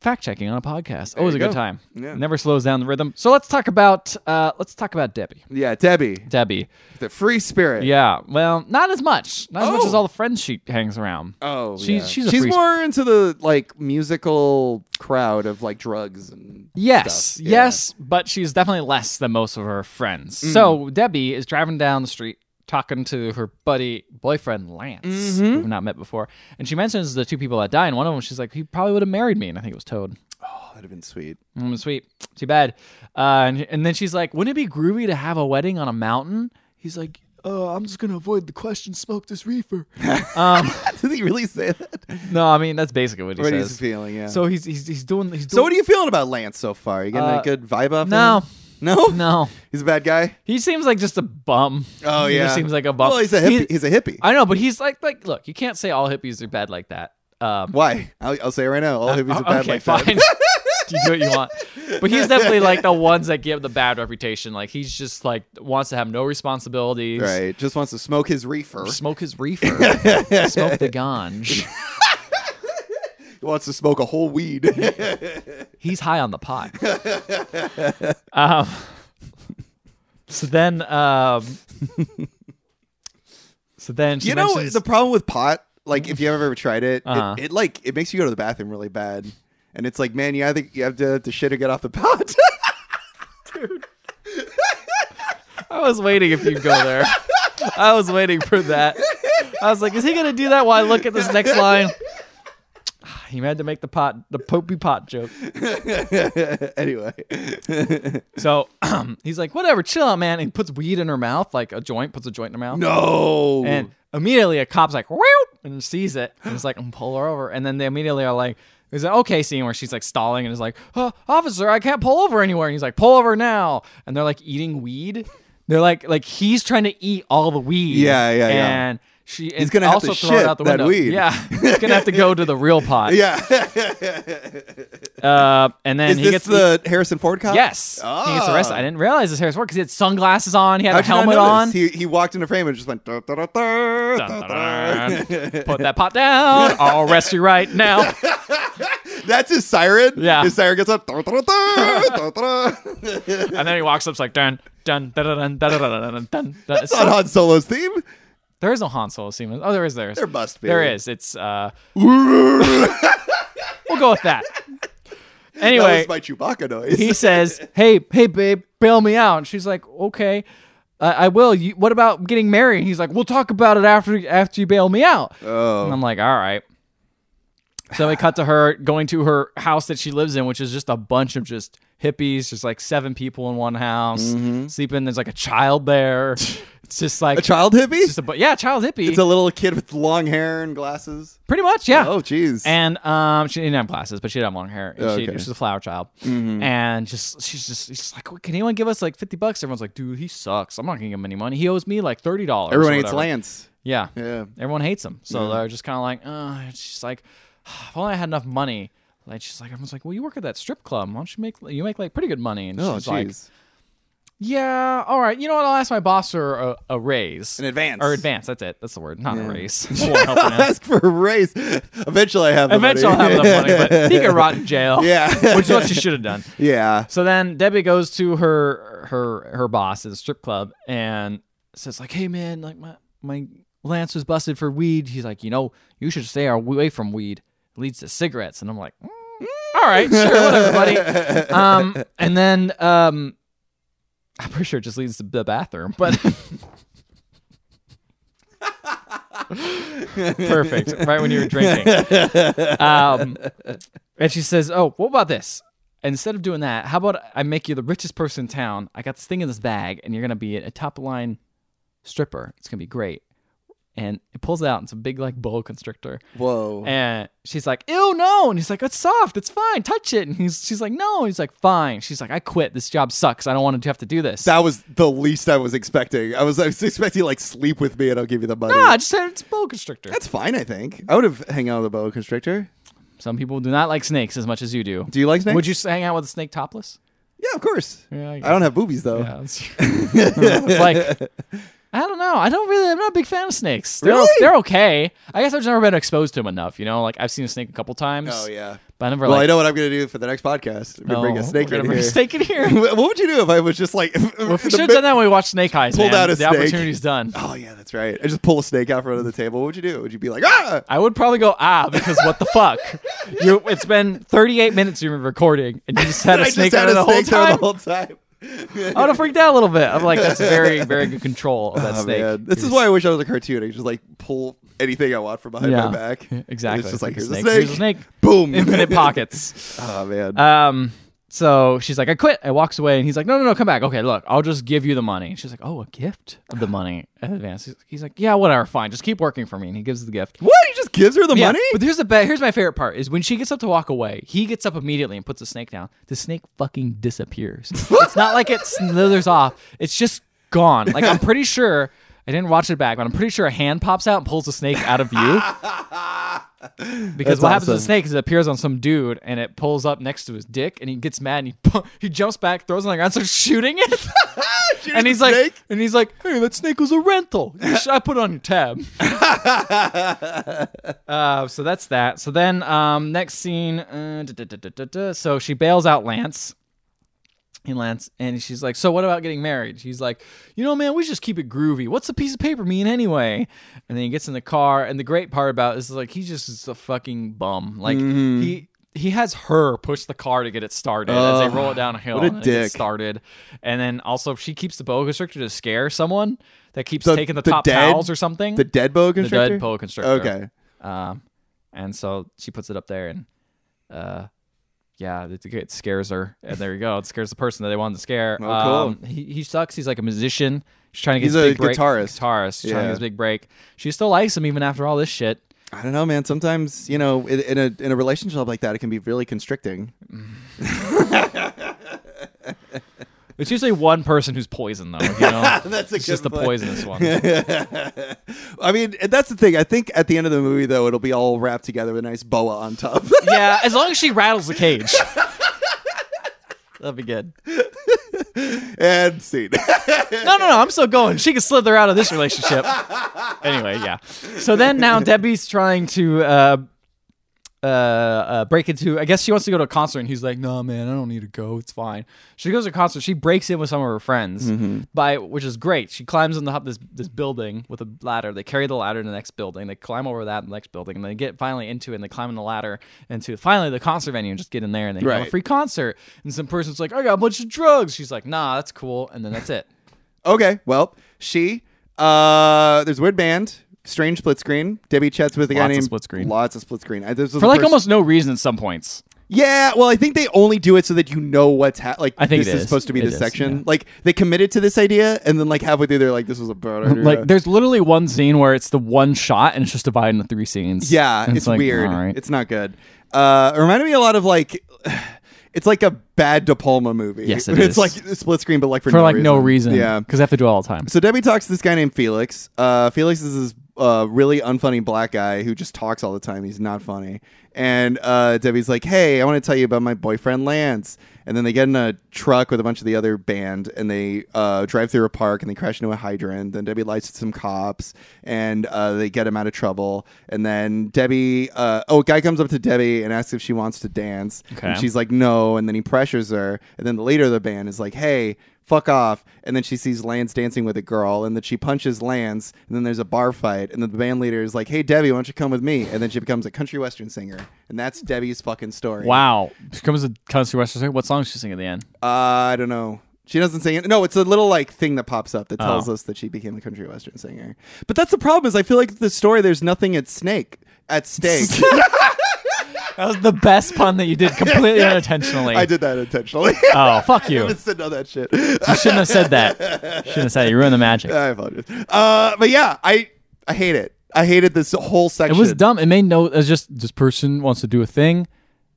fact checking on a podcast always a you good go. time. Yeah. Never slows down the rhythm. So let's talk about uh, let's talk about Debbie. Yeah, Debbie, Debbie. the free spirit. Yeah. Well, not as much. Not as much Oh. as all the friends she hangs around. Oh, She's- yeah. she's a she's free- more into the like musical crowd of like drugs and Yes, stuff. Yeah. yes, but she's definitely less than most of her friends. Mm-hmm. So Debbie is driving down the street talking to her buddy boyfriend Lance, Mm-hmm. who we've not met before, and she mentions the two people that die, and one of them she's like, "He probably would have married me," and I think it was Toad. Oh, that'd have been sweet. Mm, sweet, too bad. Uh, and, and then she's like, "Wouldn't it be groovy to have a wedding on a mountain?" He's like, "Uh, I'm just gonna avoid the question. Smoke this reefer." um, Did he really say that? no, I mean that's basically what he What says. he's feeling, yeah. So he's he's he's doing he's So doing what are you feeling about Lance so far? You getting Uh, a good vibe off no. him? No. no. He's a bad guy? He seems like just a bum. Oh he yeah. just seems like a bum. Well, he's a He- hippie. he's a hippie. I know, but he's like like look, you can't say all hippies are bad like that. Um, Why? I'll, I'll say it right now. All hippies are bad Uh, okay, like that. fine. you do what you want, but he's definitely like the ones that give the bad reputation. Like he's just like wants to have no responsibilities. Right. Just wants to smoke his reefer. Smoke his reefer. Smoke the ganj. He wants to smoke a whole weed. He's high on the pot. um, so then, um, so then she you know mentions- the problem with pot, like if you have ever tried it, Uh-huh. it, it like it makes you go to the bathroom really bad. And it's like, man, you either you have to, to shit or get off the pot. I was waiting if you'd go there. I was waiting for that. I was like, is he gonna do that while I look at this next line? He had to make the pot the popey pot joke. anyway, So he's like, whatever, chill out, man. And puts weed in her mouth, like a joint, puts a joint in her mouth. no. And immediately a cop's like, Whoop, and sees it. And it's like, I'm pull her over. And then they immediately are like, is like, okay scene where she's like stalling and is like, "Huh, officer, I can't pull over anywhere. And he's like, pull over now. And they're like eating weed. They're like, like he's trying to eat all the weed. Yeah, yeah, yeah. And she is gonna have also to throw it shit out the that window. weed. Yeah, he's gonna have to go to the real pot. yeah, Uh, and then is he this gets the Harrison Ford cop? yes, he gets arrested. Ah. I didn't realize his hair was work because he had sunglasses on. He had How'd a you not helmet notice? on. He, he walked into frame and just went. "Da, da, da, da, da, da." Put that pot down. I'll arrest you right now. That's his siren. Yeah. his siren gets up. "Da, da, da, da, da, da." And then he walks up, it's like dun dun dun dun dun dun dun dun dun. dun. It's It's not so- Han Solo's theme. there is no Han Solo scene. Oh, there is. There is. There must be. There is. It's. uh We'll go with that. Anyway, that was my Chewbacca noise. he says, "Hey, hey, babe, bail me out." And she's like, "Okay, I I will." You, what about getting married? And he's like, "We'll talk about it after after you bail me out." And oh, I'm like, "All right." So we cut to her going to her house that she lives in, which is just a bunch of just hippies, just like seven people in one house sleeping. There's like a child there. It's just like Mm-hmm. a child hippie. just a bu- yeah, child hippie. It's a little kid with long hair and glasses. pretty much, yeah. Oh, jeez. And um, she didn't have glasses, but she did have long hair. And Oh, she, okay. Mm-hmm. She's a flower child, and just she's just she's like, "Can anyone give us like fifty bucks?" Everyone's like, "Dude, he sucks. I'm not gonna give him any money. He owes me like thirty dollars." Everyone hates Lance. Yeah. Yeah. everyone hates him. So they're just kind of like, "Uh." and She's like, "Ah, "If only I had enough money." Like she's like, everyone's like, "Well, you work at that strip club. Why don't you make you make like pretty good money?" And Oh, she's like, jeez. "Yeah, all right. You know what? I'll ask my boss for a, a raise." An advance. Or advance. That's it. That's the word. Not a raise. Ask for a raise. Eventually, I have. The Eventually, I'll have money. enough money, but he can rot in jail. Yeah. which is what she should have done. yeah. So then Debbie goes to her her her boss at the strip club and says like, "Hey man, like my my Lance was busted for weed." He's like, "You know, you should stay away from weed. It leads to cigarettes." And I'm like, "Mm, "All right, sure, whatever, buddy." Um, and then um, I'm pretty sure it just leads to the bathroom, but. Perfect. Right when you were drinking. Um, and she says, "Oh, what about this? Instead of doing that, how about I make you the richest person in town? I got this thing in this bag, and you're gonna be a top line stripper. It's gonna be great." And it pulls it out. It's a big like boa constrictor, Whoa. and she's like, "Ew, no!" And he's like, "It's soft. It's fine. Touch it." And he's she's like, "No." He's like, "Fine." She's like, "I quit. This job sucks. I don't want to have to do this." that was the least I was expecting. I was, I was expecting like sleep with me and I'll give you the money. ah, I just said it's a boa constrictor. That's fine. I think I would have hang out with a boa constrictor. Some people do not like snakes as much as you do. Do you like snakes? Would you hang out with a snake topless? Yeah, of course. Yeah, I I guess. don't have boobies though. Yeah, that's it's like I don't know. I don't really. I'm not a big fan of snakes. They're Really? they're okay. I guess I've just never been exposed to them enough. You know, like I've seen a snake a couple times. Oh yeah. but I never Well, like. I know what I'm gonna do for the next podcast. I'm gonna bring oh, a snake we're gonna in bring here. a snake in here. well, what would you do if I was just like? if we should have done that when we watched Snake Eyes. Pulled man. out a the snake. opportunity's done. Oh yeah, that's right. I just pull a snake out from under the table. What would you do? Would you be like ah? I would probably go ah because what the fuck? You, it's been 38 minutes you've been recording and you just had a I snake just on had it a the whole snake there time. the whole time. I would have freaked out a little bit. I'm like, that's very very good control of that Oh, snake. man. This is why I wish I was a cartoon. I could just like pull anything I want from behind Yeah. my back. Exactly. It's just like here's a Snake, snake. here's a snake. Boom. Infinite pockets. oh man. Um, so she's like, I quit. I walks away, and he's like, No, no, no, come back. Okay, look, I'll just give you the money. And she's like, Oh, a gift of the money in advance. He's- He's like, Yeah, whatever, fine. Just keep working for me. And he gives the gift. what? He just gives her the Yeah, money? But here's the be- here's my favorite part is when she gets up to walk away, he gets up immediately and puts the snake down. The snake fucking disappears. it's not like it slithers off. It's just gone. Like I'm pretty sure I didn't watch it back, but I'm pretty sure a hand pops out and pulls the snake out of view. Because what happens to That's the awesome. snake is it appears on some dude and it pulls up next to his dick and he gets mad and he pu- he jumps back, throws it on the ground, starts shooting it. Shooting and he's the like, snake? and he's like, hey, that snake was a rental. You should- I put it on your tab. uh, so that's that. So then, um, next scene. Uh, duh, duh, duh, duh, duh, duh. So she bails out Lance. And Lance, and she's like, "So what about getting married?" He's like, "You know, man, we should just keep it groovy. What's a piece of paper mean anyway?" Mm-hmm. And then he gets in the car, and the great part about it is like he's just a fucking bum. Like he he has her push the car to get it started as Ugh, they roll it down a hill what a and it gets dick. started. And then also if she keeps the boa constrictor to scare someone that keeps The- taking the, the top dead- towels or something. The dead boa constrictor. The dead boa constrictor. Okay. Um, and so she puts it up there, and uh, yeah, it, it scares her. And there you go. It scares the person that they wanted to scare. Oh, cool. Um, he, he sucks. He's like a musician. She's trying to get He's his a big break. guitarist. Guitarist. She's trying to Yeah. get his big break. She still likes him even after all this shit. I don't know, man. Sometimes you know, in, in a in a relationship like that, it can be really constricting. It's usually one person who's poisoned, though. You know, That's a it's just good the point. poisonous one. I mean, and that's the thing. I think at the end of the movie, though, it'll be all wrapped together with a nice boa on top. yeah, as long as she rattles the cage, that'd be good. and scene. no, no, no. I'm still going. She can slither out of this relationship. anyway, yeah. So then now Debbie's trying to uh, uh, uh, break into. I guess she wants to go to a concert, and he's like, "No, man, I don't need to go. It's fine." She goes to a concert. She breaks in with some of her friends, by which is great. She climbs on the top of this this building with a ladder. They carry the ladder to the next building. They climb over that in the next building, and they get finally into it. And they climb on the ladder into finally the concert venue and just get in there and they have a Right. free concert. And some person's like, "I got a bunch of drugs." She's like, "Nah, that's cool." And then that's it. okay, well, she. Uh, there's a weird band. Strange split screen. Debbie chats with a guy Lots of named split screen. Lots of split screen. I- this was for the like first- almost no reason at some points. Yeah, well, I think they only do it so that you know what's happening. Like, I think this it is is. supposed to be It this is, section. yeah. Like, they committed to this idea, and then like halfway through, they're like, "This was a burner." Like there's literally one scene where it's the one shot and it's just divided into three scenes. Yeah, And it's, like, weird. all right. It's not good. Uh, it reminded me a lot of like, it's like a bad De Palma movie. Yes, it is. it's like split screen, but like for, for no like reason. no reason. Yeah. because I have to do it all the time. So Debbie talks to this guy named Felix. Uh, Felix is this uh, really unfunny black guy who just talks all the time. He's not funny. And uh, Debbie's like, "Hey, I want to tell you about my boyfriend Lance." And then they get in a truck with a bunch of the other band, and they uh, drive through a park, and they crash into a hydrant. Then Debbie lights at some cops, and uh, they get him out of trouble. And then Debbie, uh, oh, a guy comes up to Debbie and asks if she wants to dance, Okay. and she's like, "No." And then he pressures her, and then the leader of the band is like, "Hey, fuck off. And then she sees Lance dancing with a girl, and then she punches Lance, and then there's a bar fight, and then the band leader is like, Hey Debbie, why don't you come with me? And then she becomes a country western singer. And that's Debbie's fucking story. Wow, she comes to country western. singer. What song does she sing at the end? Uh, I don't know. She doesn't sing it. No, it's a little like thing that pops up that tells Oh. us that she became a country western singer. But that's the problem is I feel like the story there's nothing at snake at stake. That was the best pun that you did completely unintentionally. I did that intentionally. Oh fuck I you! just didn't know that shit. You shouldn't have said that. Shouldn't have said it. You ruined the magic. I apologize. Uh, but yeah, I I hate it. I hated this whole It section. was dumb. It made no. It's just this person wants to do a thing,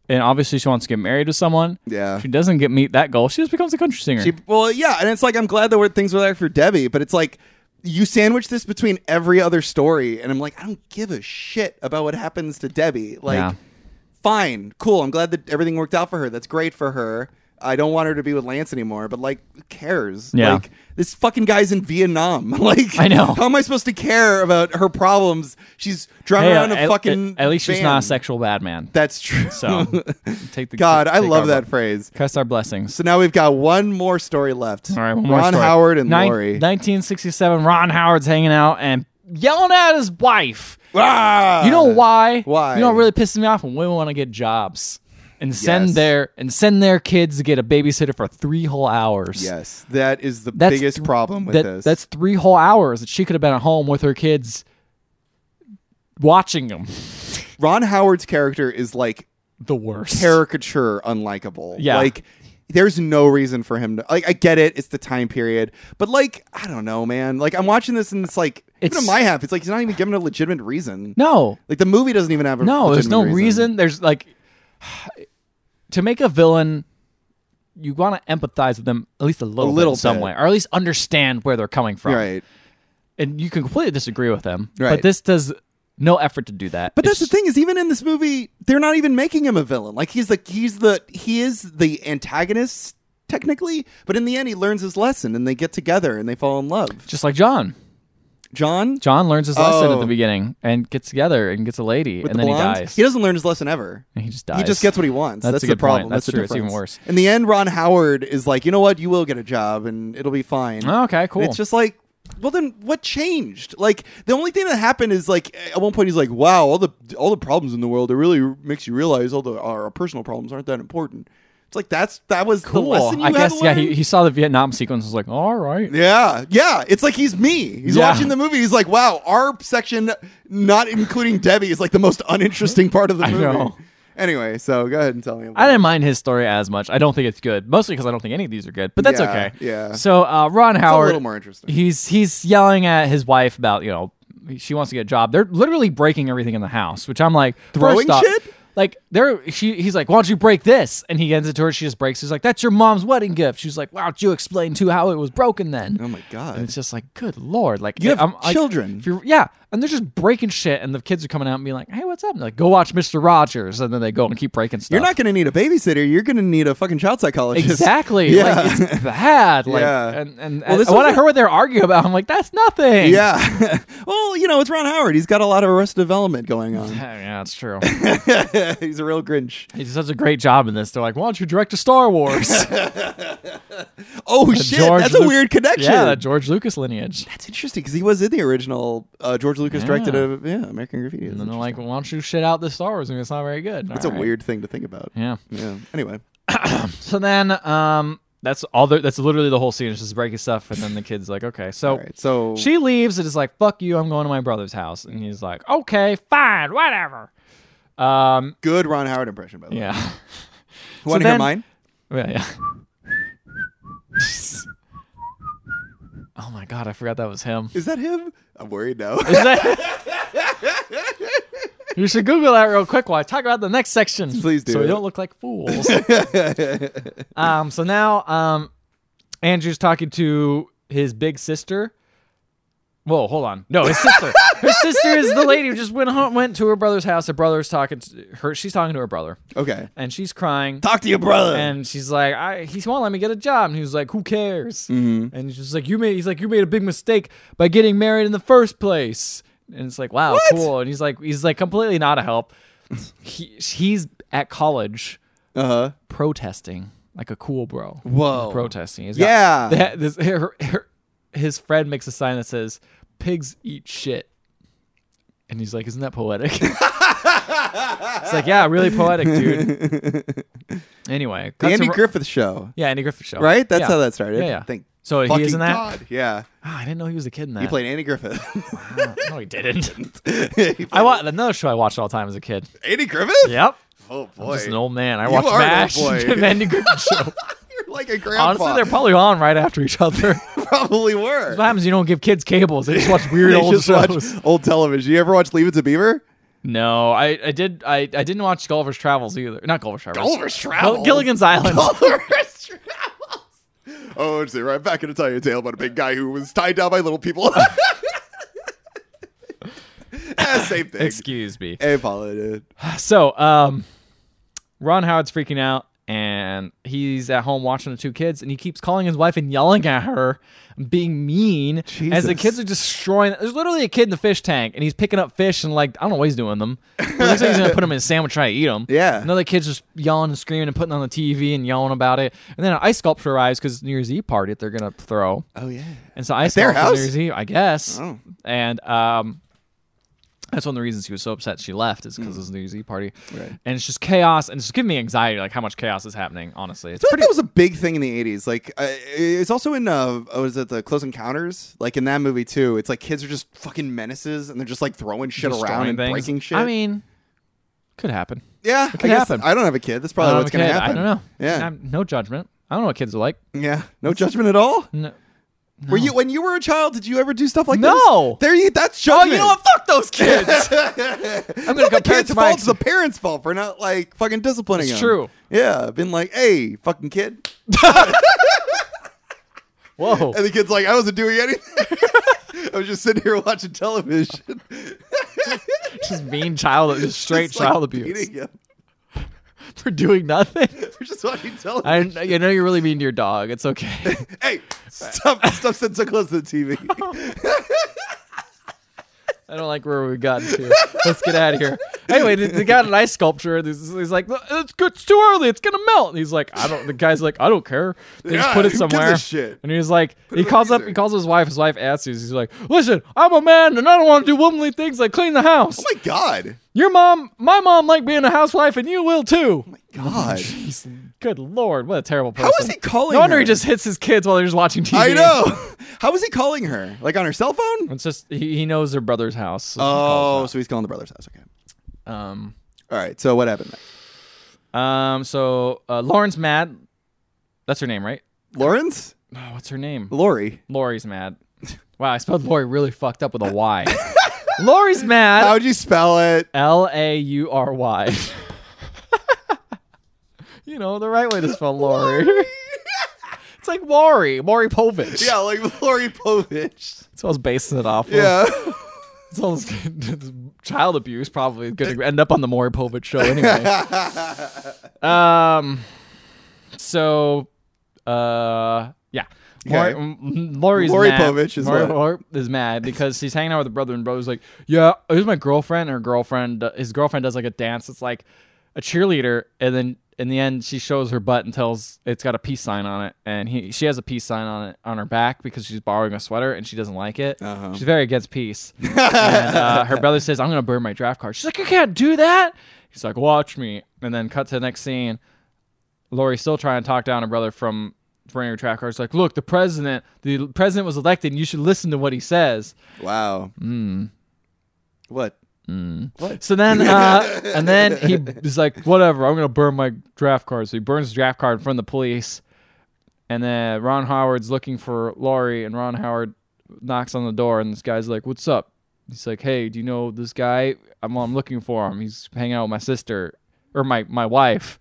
and obviously she wants to get married to someone. Yeah. She doesn't get meet that goal. She just becomes a country singer. She, well, yeah, and it's like I'm glad that were things were there for Debbie, but it's like you sandwich this between every other story, and I'm like, I don't give a shit about what happens to Debbie. Like, Yeah. fine, cool. I'm glad that everything worked out for her. That's great for her. I don't want her to be with Lance anymore, but like, who cares? Yeah. Like, this fucking guy's in Vietnam. like, I know. How am I supposed to care about her problems? She's driving Hey, uh, around a at, fucking. at least she's van. not a sexual bad man. That's true. So take the God, I take our- love that phrase. Cast our blessings. So now we've got one more story left. All right, one Ron more story. Howard and Nin- Lori. 1967. Ron Howard's hanging out and yelling at his wife. Ah! You know why? Why? You know what really pisses me off when women want to get jobs and send Yes. their and send their kids to get a babysitter for three whole hours. Yes, that is the That's biggest th- problem with that, this. That's three whole hours that she could have been at home with her kids, watching them. Ron Howard's character is like The worst. caricature unlikable. Yeah. Like there's no reason for him to like I get it, it's the time period. But like, I don't know, man. Like I'm watching this and it's like it's, It's- even on my half, it's like he's not even given a legitimate reason. No, Like the movie doesn't even have a no there's legitimate no reason. there's like to make a villain you want to empathize with them at least a little, little bit in some bit. way or at least understand where they're coming from Right. and you can completely disagree with them Right. but this does no effort to do that But that's the It's- thing is, even in this movie, they're not even making him a villain. Like he's the he's the he is the antagonist technically, but in the end, he learns his lesson and they get together and they fall in love. just like john John, john learns his lesson Oh. at the beginning and gets together and gets a lady with and the then blonde, he dies doesn't learn his lesson ever. And he just dies He just gets what he wants. That's That's, a the good point. problem. That's the true. It's even difference. worse. In the end, Ron Howard is like, you know what? You will get a job, and it'll be fine. Oh, okay cool And it's just like Well, then what changed? Like the only thing that happened is like at one point he's like, "Wow, all the all the problems in the world it really makes you realize all the our personal problems aren't that important." It's like that's that was the Cool. lesson you I had guess to yeah. learn? He, he saw the Vietnam sequence. and Was like, all right. Yeah, yeah. It's like he's me. He's Yeah. watching the movie. He's like, wow, our section, not including Debbie, is like the most uninteresting part of the I movie. know. Anyway, so go ahead and tell me. About I didn't mind his story as much. I don't think it's good, mostly because I don't think any of these are good. But that's Yeah, okay. yeah. So uh, Ron It's a Howard, little more interesting. he's he's yelling at his wife about you know she wants to get a job. They're literally breaking everything in the house, which I'm like Throwing first off, shit? Like they're she he's like, why don't you break this? And he hands it to her. She just breaks. it. He's like, that's your mom's wedding gift. She's like, why don't you explain to how it was broken then? Oh my And god. it's just like, good lord, like You have I'm, like, children. if you're- yeah, and they're just breaking shit, and the kids are coming out and being like, "Hey, what's up?" And they're like, "Go watch Mister Rogers," and then they go and keep breaking stuff. You're not going to need a babysitter. You're going to need a fucking child psychologist. exactly Yeah. like it's bad. Like, Yeah. and and, Well, this and when I was a- heard what they're arguing about, I'm like, that's nothing. Yeah. well, you know, it's Ron Howard. He's got a lot of Arrested Development going on. yeah, that's true. he's a real Grinch. He does such a great job in this. They're like, why don't you direct a Star Wars? Oh shit, Uh, George that's a Lu- weird connection. yeah, that George Lucas lineage. that's interesting because he was in the original. Uh, George Lucas directed Yeah. a yeah American Graffiti. And then they're like, well, why don't you shit out the Star Wars movie? It's not very good. That's All a right. weird thing to think about. Yeah. Yeah. Anyway. So then, um, that's all. The, that's literally the whole scene. It's just breaking stuff, and then the kid's like, okay. So All right. So Oh. she leaves and is like, fuck you. I'm going to my brother's house. And he's like, okay, fine, whatever. Um, good Ron Howard impression, by the way. yeah. Want to So hear then- mine? Yeah, yeah. oh my god, I forgot that was him. Is that him? I'm worried now. Is that- you should Google that real quick while I talk about the next section. Please do So it. we don't look like fools. um, so now um, Andrew's talking to his big sister. Whoa, hold on. No, his sister. her sister is the lady who just went home, went to her brother's house. Her brother's talking to her. She's talking to her brother, okay. and she's crying. Talk to your brother. And she's like, I, he won't let me get a job. And he was like, who cares? Mm-hmm. And he's just like, you made, he's like, you made a big mistake by getting married in the first place. And it's like, wow, cool. And he's like, he's like completely not a help. He, he's at college uh huh. protesting like a cool bro. Whoa. Protesting. He's Yeah. Got, they had this, her- her- his friend makes a sign that says, pigs eat shit. And he's like, isn't that poetic? it's like, yeah, really poetic, dude. Anyway, The cut to Andy Ro- Griffith Show. yeah, Andy Griffith show. Right? That's Yeah. how that started. Yeah, yeah. Thank so he fucking is in that. God. Yeah. Ah, I didn't know he was a kid in that. He played Andy Griffith. no, he didn't. He I played watched another show I watched all the time as a kid. Andy Griffith? Yep. Oh I'm boy. just an old man. I You watched are an old MASH boy. and Andy Griffith show. You're like a grandpa. Honestly, they're probably on right after each other. probably were. what happens? You don't give kids cables. They just watch weird They old just shows. watch old television. You ever watch Leave It to Beaver? No, I, I did. I, I didn't watch Gulliver's Travels either. Not Gulliver's Travels. Gulliver's Gull- Travels. Gilligan's Island. Gulliver's Travels. Oh, it's right back in to tell you a tale about a big guy who was tied down by little people. Eh, same thing. Excuse me. Hey, Paula, dude. So, um, Ron Howard's freaking out, and he's at home watching the two kids, and he keeps calling his wife and yelling at her, being mean. As the Jesus. kids are destroying, there's literally a kid in the fish tank, and he's picking up fish, and like I don't know what he's doing with them. It looks like he's gonna put them in a sandwich, try to eat them. Yeah. Another kid's just yelling and screaming and putting on the TV and yelling about it, and then an ice sculpture arrives because New Year's Eve party that they're gonna throw. Oh yeah. And so I their saw her for New house? Year's Eve, I guess. Oh. And um, that's one of the reasons she was so upset she left is because it was a New Year's Eve party. Hmm. Right. And it's just chaos. And it's just giving me anxiety, like how much chaos is happening, honestly. It's I feel like that was a big thing in the 80s. Like, uh, it's also in, uh, oh, was it the Close Encounters? Like, in that movie, too, it's like kids are just fucking menaces and they're just like throwing shit around destroying and things. breaking shit. I mean, could happen. yeah, I, could guess- happen. I don't have a kid. That's probably Um, what's going to okay, Oh, happen. I don't know. Yeah. I'm- no judgment. I don't know what kids are like. Yeah. No judgment at all? No. Were you when you were a child? Did you ever do stuff like this? No. There you. That's Oh, judgment. you know what? Fuck those kids. I'm gonna Not the compare it kids' to my. fault. It's the parents' fault for not like fucking disciplining It's them. true. Yeah, been like, hey, fucking kid, Whoa. and the kid's like, I wasn't doing anything. I was just sitting here watching television. just mean child, just straight Just, like, child abuse beating him. for doing nothing. We're just watching television. I, I know you're really mean to your dog. It's okay. Oh Hey, stop! stop sitting so close to the TV. I don't like where we got to. Let's get out of here. Anyway, they, they got an ice sculpture. He's, he's like, it's, it's too early. It's gonna melt. And he's like, I don't. The guy's like, I don't care. They just Yeah, put it who gives a somewhere. shit? And he's like, he it on calls up. freezer. He calls his wife. His wife asks. He's like, listen, I'm a man, and I don't want to do womanly things like clean the house. my god. Your mom, my mom, liked being a housewife, and you will too. God. Jeez, good lord, what a terrible person. How is he calling No wonder her? he just hits his kids while they're just watching TV. I know. How was he calling her? Like on her cell phone? It's just he, he knows their brother's house. so he Oh, calls so he's calling the brother's house. Okay. that. Um. All right. So what happened? next? Um. So uh, Lauren's mad. That's her name, right? Lawrence? Oh, what's her name? Lori. Lori's mad. Wow, I spelled Lori really fucked up with a Y. Lori's mad. How'd you spell it? L A U R Y. You know the right way to spell Lori. it's like Maury, Maury Povich. Yeah, like Lori Povich. That's what I was basing it off. of. Yeah. It's all this, this child abuse probably going to end up on the Maury Povich show anyway. um, so, uh, yeah. Maury, Okay. m- Maury's Maury mad. Povich is Maury what? Maury is mad because he's hanging out with the brother, and brother's like, "Yeah, here's my girlfriend." And her girlfriend, uh, his girlfriend, does like a dance. It's like a cheerleader, and then in the end, she shows her butt and tells it's got a peace sign on it, and he she has a peace sign on it on her back because she's borrowing a sweater and she doesn't like it. Uh-huh. She's very against peace. and uh, her brother says, "I'm gonna burn my draft card." She's like, "You can't do that." He's like, "Watch me," and then cut to the next scene. Lori's still trying to talk down her brother from bringing her draft card. She's like, "Look, the president, the president was elected. And you should listen to what he says." Wow. What? What? Mm. So then, uh, and then he is like, whatever, I'm going to burn my draft card. So he burns his draft card in front of the police. And then Ron Howard's looking for Laurie, and Ron Howard knocks on the door, and this guy's like, what's up? He's like, hey, do you know this guy? I'm, I'm looking for him. He's hanging out with my sister, or my, my wife.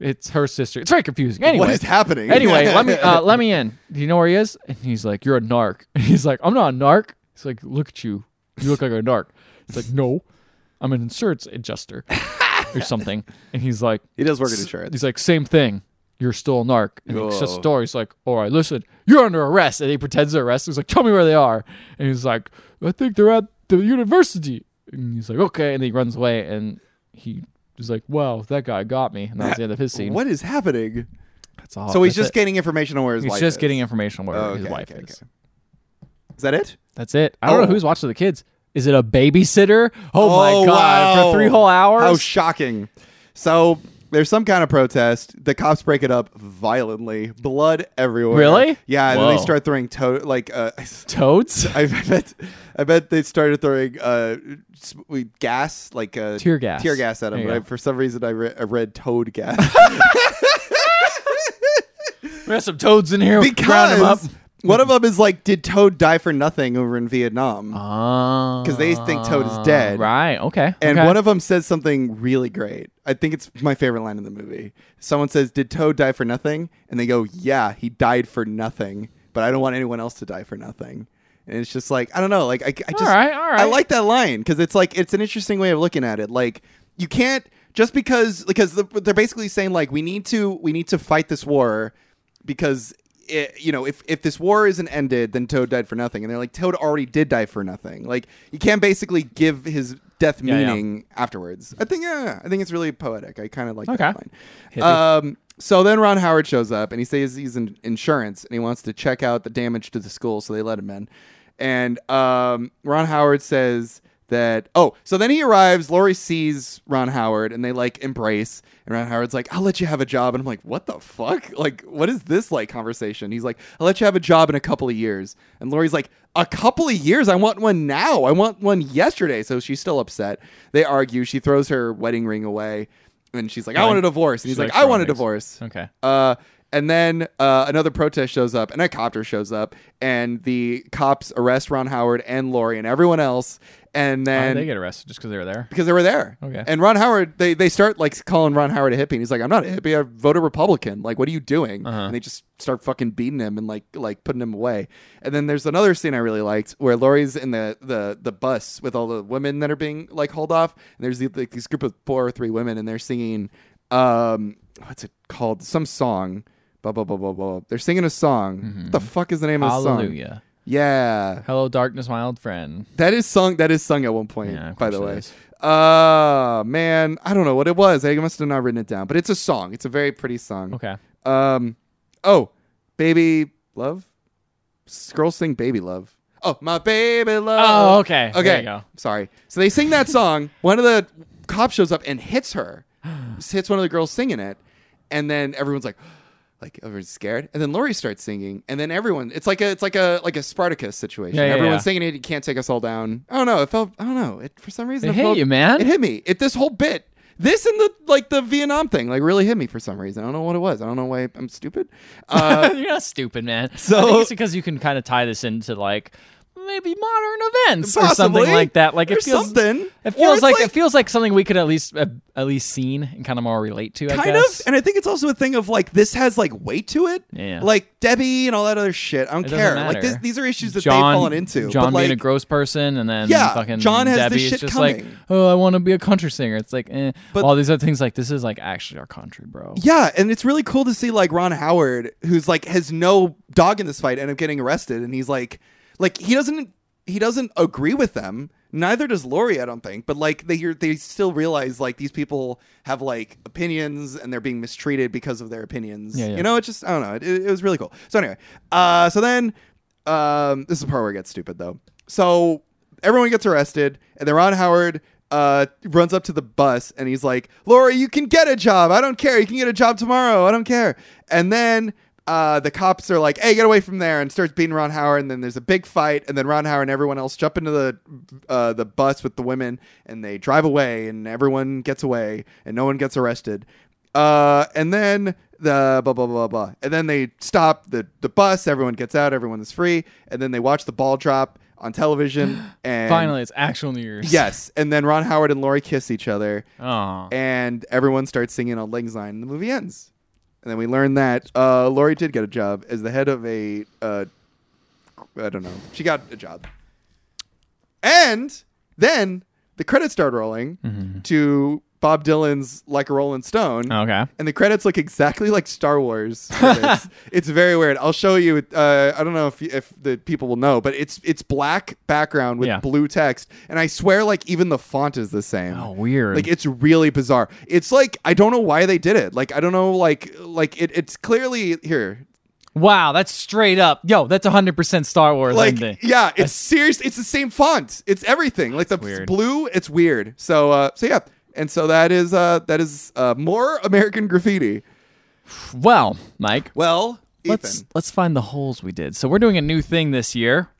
It's her sister. It's very confusing. Anyway, What is happening? Anyway, let me uh, let me in. Do you know where he is? And he's like, "You're a narc." And he's like, "I'm not a narc." He's like, "Look at you. You look like a narc." He's like, "No, I'm an insurance adjuster or something." And he's like, he does work in insurance. "He's like, same thing. You're still a narc." And he shuts Whoa. the door. He's like, "All right, listen, you're under arrest." And he pretends to arrest. He's like, "Tell me where they are." And he's like, "I think they're at the university." And he's like, "Okay," and he runs away. And he was like, "Wow, that guy got me." And that was the end of his scene. What is happening? That's all. So he's That's just it. getting information on where his He's wife just is. getting information where Oh, his okay, wife okay, is. okay. Is that it? That's it. I don't know Oh. who's watching the kids. Is it a babysitter? Oh, Oh, my god! wow. For three whole hours. How shocking. So there's some kind of protest. The cops break it up violently. Blood everywhere. Really? Yeah, and then they Whoa. start throwing to like uh Toads. I bet I bet they started throwing uh s- we- gas like uh Tear gas. tear gas at There him. you But I, go. for some reason I, re- I read toad gas. There's some toads in here. Round 'em up. because one of them is like did toad die for nothing over in Vietnam? Uh, Because they think Toad is dead. Ah, Right. Okay. And okay. one of them says something really great. I think it's my favorite line in the movie. Someone says, "Did Toad die for nothing?" And they go, "Yeah, he died for nothing." But I don't want anyone else to die for nothing. And it's just like I don't know. Like I, I just right, all right. I like that line because it's like it's an interesting way of looking at it. Like you can't just because because the, they're basically saying like we need to we need to fight this war because. It, you know, if, if this war isn't ended, then Toad died for nothing. And they're like, Toad already did die for nothing. Like, you can't basically give his death Yeah, yeah. meaning afterwards. I think yeah, I think it's really poetic. I kind of like Okay. that line. Um, so then Ron Howard shows up and he says he's in insurance and he wants to check out the damage to the school, so they let him in. And um, Ron Howard says that oh, so then he arrives. Lori sees Ron Howard and they like embrace. And Ron Howard's like, "I'll let you have a job," and I'm like, "What the fuck? Like, what is this like conversation?" He's like, "I'll let you have a job in a couple of years." And Lori's like, a couple of years. I want one now. I want one yesterday. So she's still upset. They argue. She throws her wedding ring away, and she's like, "I want a divorce." And he's She like, likes "I want a drawings. divorce." Okay. Uh, and then uh, another protest shows up, and a copter shows up, and the cops arrest Ron Howard and Lori and everyone else. And Why then did they get arrested just because they were there? because they were there. Okay. And Ron Howard, they they start like calling Ron Howard a hippie, and he's like, "I'm not a hippie. I voted Republican. Like, what are you doing?" Uh-huh. And they just start fucking beating him and like like putting him away. And then there's another scene I really liked where Lori's in the the the bus with all the women that are being like hauled off, and there's like this group of four or three women, and they're singing, um, what's it called? Some song. Blah blah blah blah blah. They're singing a song. What the fuck is the name of the Mm-hmm. song? Hallelujah. Yeah, Hello, darkness, my old friend. that is sung. That is sung at one point. Yeah, of by course the it way, is. uh, man, I don't know what it was. I must have not written it down, but it's a song. It's a very pretty song. Okay. Um, oh, baby love. S- Girls sing baby love. Oh, my baby love. Oh, okay. Okay. There you go. Sorry. So they sing that song. one of the cops shows up and hits her, hits one of the girls singing it, and then everyone's like. Like everyone's scared, and then Lori starts singing, and then everyone—it's like a—it's like a like a Spartacus situation. Yeah, yeah, yeah. everyone's singing it. You can't take us all down. I don't know. It felt. I don't know. It for some reason It it hit felt- you, man. It hit me. It this whole bit. This and the like the Vietnam thing like really hit me for some reason. I don't know what it was. I don't know why I'm stupid. Uh, You're not stupid, man. So I So- think it's because you can kind of tie this into like maybe modern events or something Possibly. like that. Like Or it feels something. Or It feels it's like, like- it feels like something we could at least uh, at least seen and kind of more relate to. I kind guess. of. And I think it's also a thing of like this has like weight to it. Yeah. Like Debbie and all that other shit. I don't It doesn't care. Like matter. this, these are issues that John, they've fallen into. John but, like, being a gross person, and then Yeah, fucking John has this Debbie is shit just like, coming. oh, I want to be a country singer. It's like, eh. But- all these other things like this is like actually our country, bro. Yeah, and it's really cool to see like Ron Howard, who's like has no dog in this fight, end up getting arrested, and he's like, like he doesn't he doesn't agree with them. Neither does Lori, I don't think. But like they hear, they still realize like these people have like opinions and they're being mistreated because of their opinions. Yeah, yeah. You know, it's just I don't know. It, it was really cool. So anyway, uh, so then um, this is the part where it gets stupid though. So everyone gets arrested, and then Ron Howard uh, runs up to the bus and he's like, Laura, you can get a job. I don't care. You can get a job tomorrow. I don't care. And then uh, the cops are like, hey, get away from there, and starts beating Ron Howard. And then there's a big fight. And then Ron Howard and everyone else jump into the, uh, the bus with the women and they drive away, and everyone gets away, and no one gets arrested. Uh, and then the blah blah blah blah, and then they stop the the bus. Everyone gets out. Everyone is free, and then they watch the ball drop on television. And Finally, it's actual New Year's. yes, and then Ron Howard and Lori kiss each other, Oh. and everyone starts singing on Lang Syne, and the movie ends. And then we learn that uh, Lori did get a job as the head of a uh, I don't know. She got a job, and then the credits start rolling to Bob Dylan's "Like a Rolling Stone." Okay. and the credits look exactly like Star Wars. credits. it's very weird. I'll show you. Uh, I don't know if if the people will know, but it's it's black background with Yeah. blue text, and I swear, like even the font is the same. Oh, weird. Like it's really bizarre. It's like I don't know why they did it. Like I don't know. Like like it, it's clearly here. wow, that's straight up. Yo, that's 100% Star Wars Like e ending. yeah, it's serious. It's the same font. It's everything. Like the That's weird. blue. It's weird. So uh, so yeah. And so that is uh, that is uh, more American graffiti. Well, Mike, Well, let's Ethan, let's find the holes we did. So we're doing a new thing this year.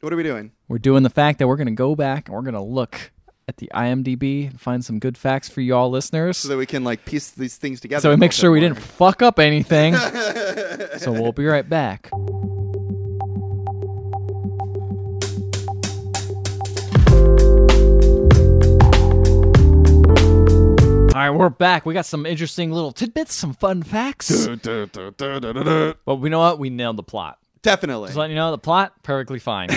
what are we doing? We're doing the fact that we're going to go back and we're going to look at the IMDb and find some good facts for y'all listeners. so that we can like piece these things together. So we a make little sure bit we more. didn't fuck up anything. so we'll be right back. All right, we're back. We got some interesting little tidbits, some fun facts. But we know what? We nailed the plot. Definitely, Just letting you know the plot, perfectly fine.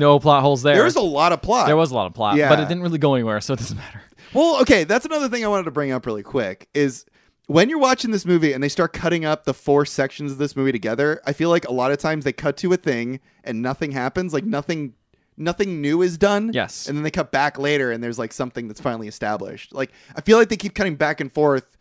no plot holes there. there was a lot of plot. There was a lot of plot, Yeah. but it didn't really go anywhere, so it doesn't matter. Well, okay, that's another thing I wanted to bring up really quick is when you're watching this movie and they start cutting up the four sections of this movie together. I feel like a lot of times they cut to a thing and nothing happens. Like nothing. Nothing new is done. Yes. And then they cut back later and there's like something that's finally established. Like, I feel like they keep cutting back and forth,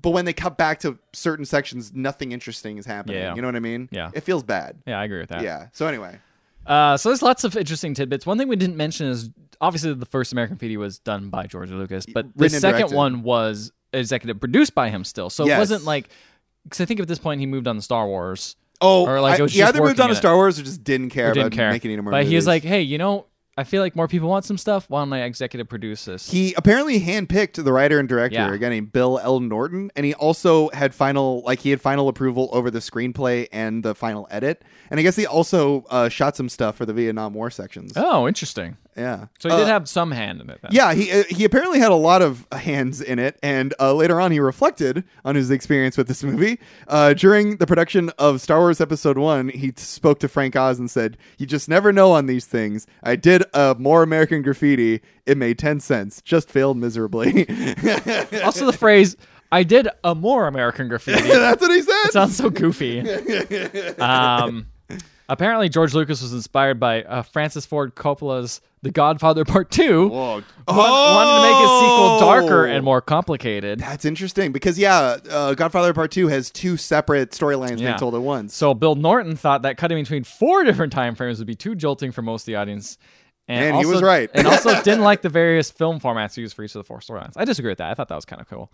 but when they cut back to certain sections, nothing interesting is happening. Yeah. You know what I mean? Yeah. It feels bad. Yeah, I agree with that. yeah. So, anyway. Uh, so there's lots of interesting tidbits. One thing we didn't mention is obviously the first American Graffiti was done by George Lucas, but the Written and second directed. one was executive produced by him still. So it Yes. wasn't like because I think at this point he moved on to Star Wars. Oh, Or, like, it I, was he just either moved working on to it. Star Wars or just didn't care Or didn't about care. making any more. but he was movies. like, hey, you know, I feel like more people want some stuff. Why don't I executive produce this? he apparently handpicked the writer and director, Yeah. a guy named Bill L. Norton, and he also had final like he had final approval over the screenplay and the final edit. And I guess he also uh, shot some stuff for the Vietnam War sections. oh, interesting. Yeah, So he Uh, did have some hand in it. Then. Yeah, he uh, he apparently had a lot of hands in it, and uh, later on he reflected on his experience with this movie. Uh, during the production of Star Wars Episode One, he t- spoke to Frank Oz and said, "You just never know on these things. I did uh, more American Graffiti. It made ten cents. Just failed miserably." also, the phrase "I did a more American Graffiti" That's what he said. sounds so goofy. Um, Apparently, George Lucas was inspired by uh, Francis Ford Coppola's The Godfather Part Two. Whoa. Wa- Wanted to make his sequel darker Oh! and more complicated. That's interesting because yeah, uh, Godfather Part Two has two separate storylines Yeah. being told at once. So Bill Norton thought that cutting between four different time frames would be too jolting for most of the audience. And he was right. and also didn't like the various film formats used for each of the four storylines. I disagree with that. I thought that was kind of cool.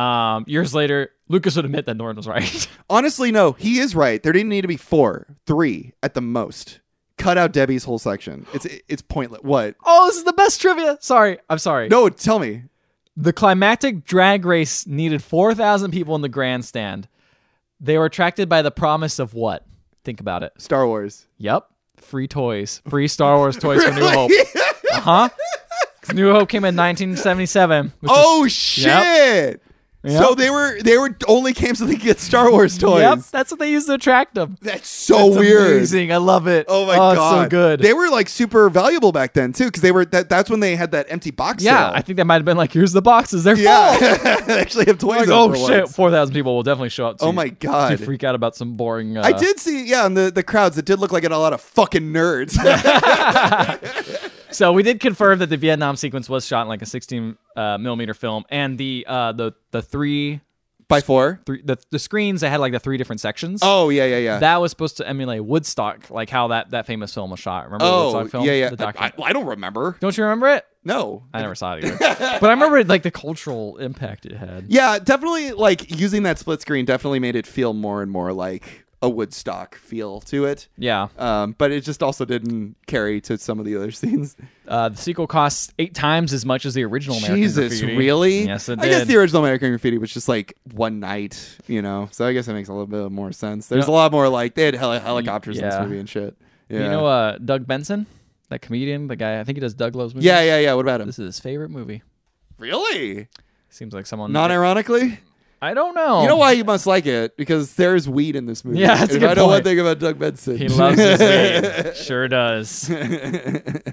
Um, years later, Lucas would admit that Norton was right. Honestly, no, he is right. There didn't need to be four, three at the most. Cut out Debbie's whole section. It's it's pointless. What? oh, this is the best trivia. Sorry, I'm sorry. No, tell me. The climactic drag race needed 4,000 people in the grandstand. They were attracted by the promise of what? Think about it. Star Wars. Yep. Free toys. Free Star Wars toys for New Hope. Uh huh. New Hope came in 1977. Which is- Oh shit! Yep. So they were they were only came so they could get Star Wars toys. yep. That's what they used to attract them. That's Oh, so It's weird. Amazing. I love it. Oh my it's god, so good. They were like super valuable back then too, because they were that. That's when they had that empty box. yeah, sale. I think that might have been like, here's the boxes. They're full. yeah. they actually have toys. Like, out oh for shit, once. four thousand people will definitely show up. To, Oh my God. to freak out about some boring. Uh, I did see, yeah, and the, the crowds, it did look like it had a lot of fucking nerds. So we did confirm that the Vietnam sequence was shot in like a 16 uh, millimeter film, and the uh, the the three By four? three the, the screens that had like the three different sections. Oh, yeah, yeah, yeah. That was supposed to emulate Woodstock, like how that, that famous film was shot. Remember the oh, Woodstock film? yeah, yeah. The I, document. I don't remember. Don't you remember it? No. I never saw it either. but I remember like the cultural impact it had. Yeah, definitely, like, using that split screen definitely made it feel more and more like a Woodstock feel to it. Yeah. Um, but it just also didn't carry to some of the other scenes. Uh, the sequel costs eight times as much as the original American Jesus, Graffiti. really? Yes, it I guess did. the original American Graffiti was just like one night, you know. So I guess that makes a little bit more sense. There's No. a lot more like they had heli- helicopters in this yeah. movie and shit. Yeah. You know uh, Doug Benson? That comedian, the guy, I think he does Doug Loves Movies. yeah, yeah, yeah. What about him? This is his favorite movie. Really? Seems like someone Non ironically? I don't know. You know why you must like it? Because there's weed in this movie. Oh. Yeah, that's a If good I know one point. thing about Doug Benson. He loves his weed. Sure does.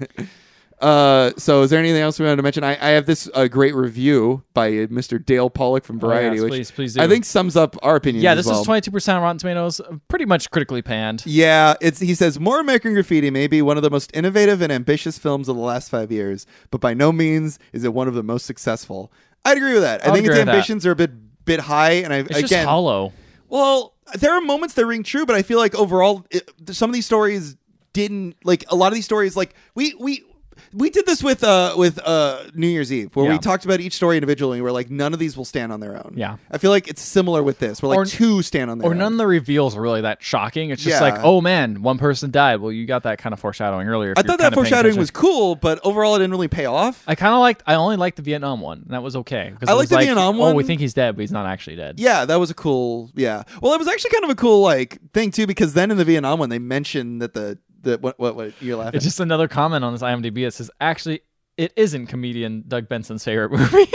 Uh, so is there anything else we wanted to mention? I, I have this uh, great review by uh, Mr. Dale Pollock from Oh, yes, Variety, which please, please I do. think sums up our opinion. Yeah, as this well. is 22% on Rotten Tomatoes, pretty much critically panned. Yeah, it's he says more American Graffiti may be one of the most innovative and ambitious films of the last five years, but by no means is it one of the most successful. I'd agree with that. I I'll think its agree with that. ambitions are a bit bit high, and I It's again, just hollow. well, there are moments that ring true, but I feel like overall, it, some of these stories didn't like a lot of these stories. Like we we. We did this with uh with uh New Year's Eve where Yeah. we talked about each story individually. and We're like none of these will stand on their own. Yeah. I feel like it's similar with this. We're like Or- two stand on their Or own. none of the reveals are really that shocking. It's just Yeah. like, oh man, one person died. Well, you got that kind of foreshadowing earlier. if I you're thought that kinda paying foreshadowing attention. was cool, but overall it didn't really pay off. I kind of liked. I only liked the Vietnam one. and That was okay. 'cause I it liked was the Vietnam Oh, we one. think he's dead, but he's not actually dead. yeah, that was a cool. Yeah, well, it was actually kind of a cool like thing too, because then in the Vietnam one they mentioned that the the what what, what you're laughing. It's just another comment on this IMDb that says, actually, it isn't comedian Doug Benson's favorite movie.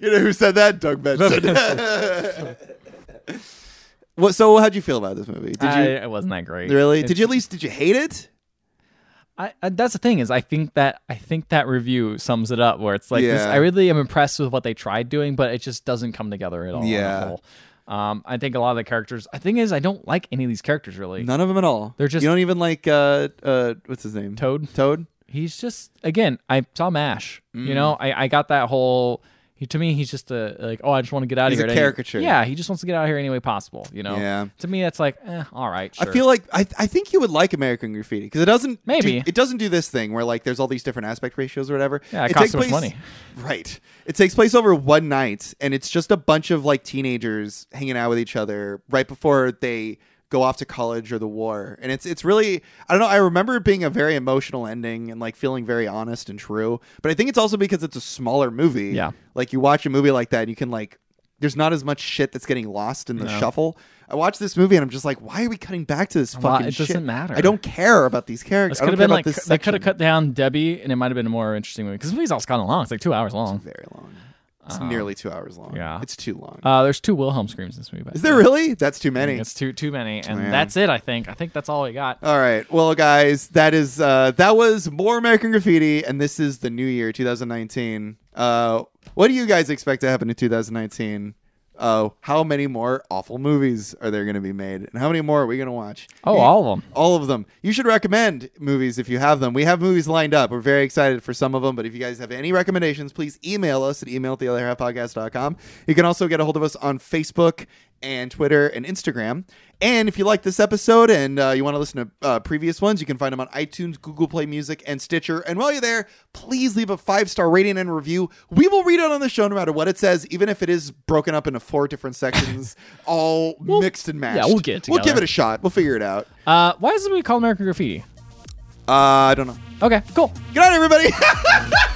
you know who said that? Doug Benson. what? So how'd you feel about this movie? Did you I, it wasn't that great. really? It- Did you at least did you hate it? I, I, that's the thing is I think that I think that review sums it up where it's like this, Yeah. I really am impressed with what they tried doing, but it just doesn't come together at all. on the Yeah. whole. Um, I think a lot of the characters. I think is I don't like any of these characters really. None of them at all. They're just- you don't even like uh uh what's his name Toad. Toad. He's just again. I saw Mash. You know, Mm. I, I got that whole. He, to me, he's just a like. Oh, I just want to get out He's a of here. at any-" caricature. yeah, he just wants to get out of here any way possible. You know. Yeah. To me, that's like, eh, all right. I sure. feel like I, I think you would like American Graffiti because it doesn't Maybe. do, it doesn't do this thing where like there's all these different aspect ratios or whatever. Yeah, it it costs takes so much place- money. Right. It takes place over one night, and it's just a bunch of like teenagers hanging out with each other right before they go off to college or the war. And it's it's really I don't know. I remember it being a very emotional ending and like feeling very honest and true. But I think it's also because it's a smaller movie. Yeah. Like you watch a movie like that, and you can like there's not as much shit that's getting lost in the shuffle. I watched this movie and I'm just like, why are we cutting back to this Well, fucking it shit? doesn't matter. I don't care about these characters. This I could have don't care been about like this. they section. could have cut down Debbie, and it might have been a more interesting movie because the movie's all kind of long. It's like two hours long. very long. It's nearly two hours long. Uh-huh. yeah. it's too long. Uh, there's two Wilhelm screams in this movie. by Is the there way. really? That's too I think many. It's too too many, and Yeah. that's it. I think. I think that's all we got. All right. Well, guys, that is uh that was more American Graffiti and this is the new year 2019. Uh what do you guys expect to happen in 2019? uh, how many more awful movies are there going to be made, and how many more are we going to watch? Oh, You- all of them. all of them. You should recommend movies if you have them. We have movies lined up. We're very excited for some of them, but if you guys have any recommendations, please email us at email at the other half podcast.com. You can also get a hold of us on Facebook and Twitter and Instagram. And if you like this episode and uh, you want to listen to uh, previous ones, you can find them on iTunes, Google Play Music, and Stitcher. And while you're there, please leave a five star rating and review. We will read it on the show no matter what it says, even if it is broken up into four different sections, all mixed and matched. we'll get it We'll give together. it a shot. We'll figure it out. Uh, why is it called American Graffiti? Uh, I don't know. Okay, cool. Good night, everybody.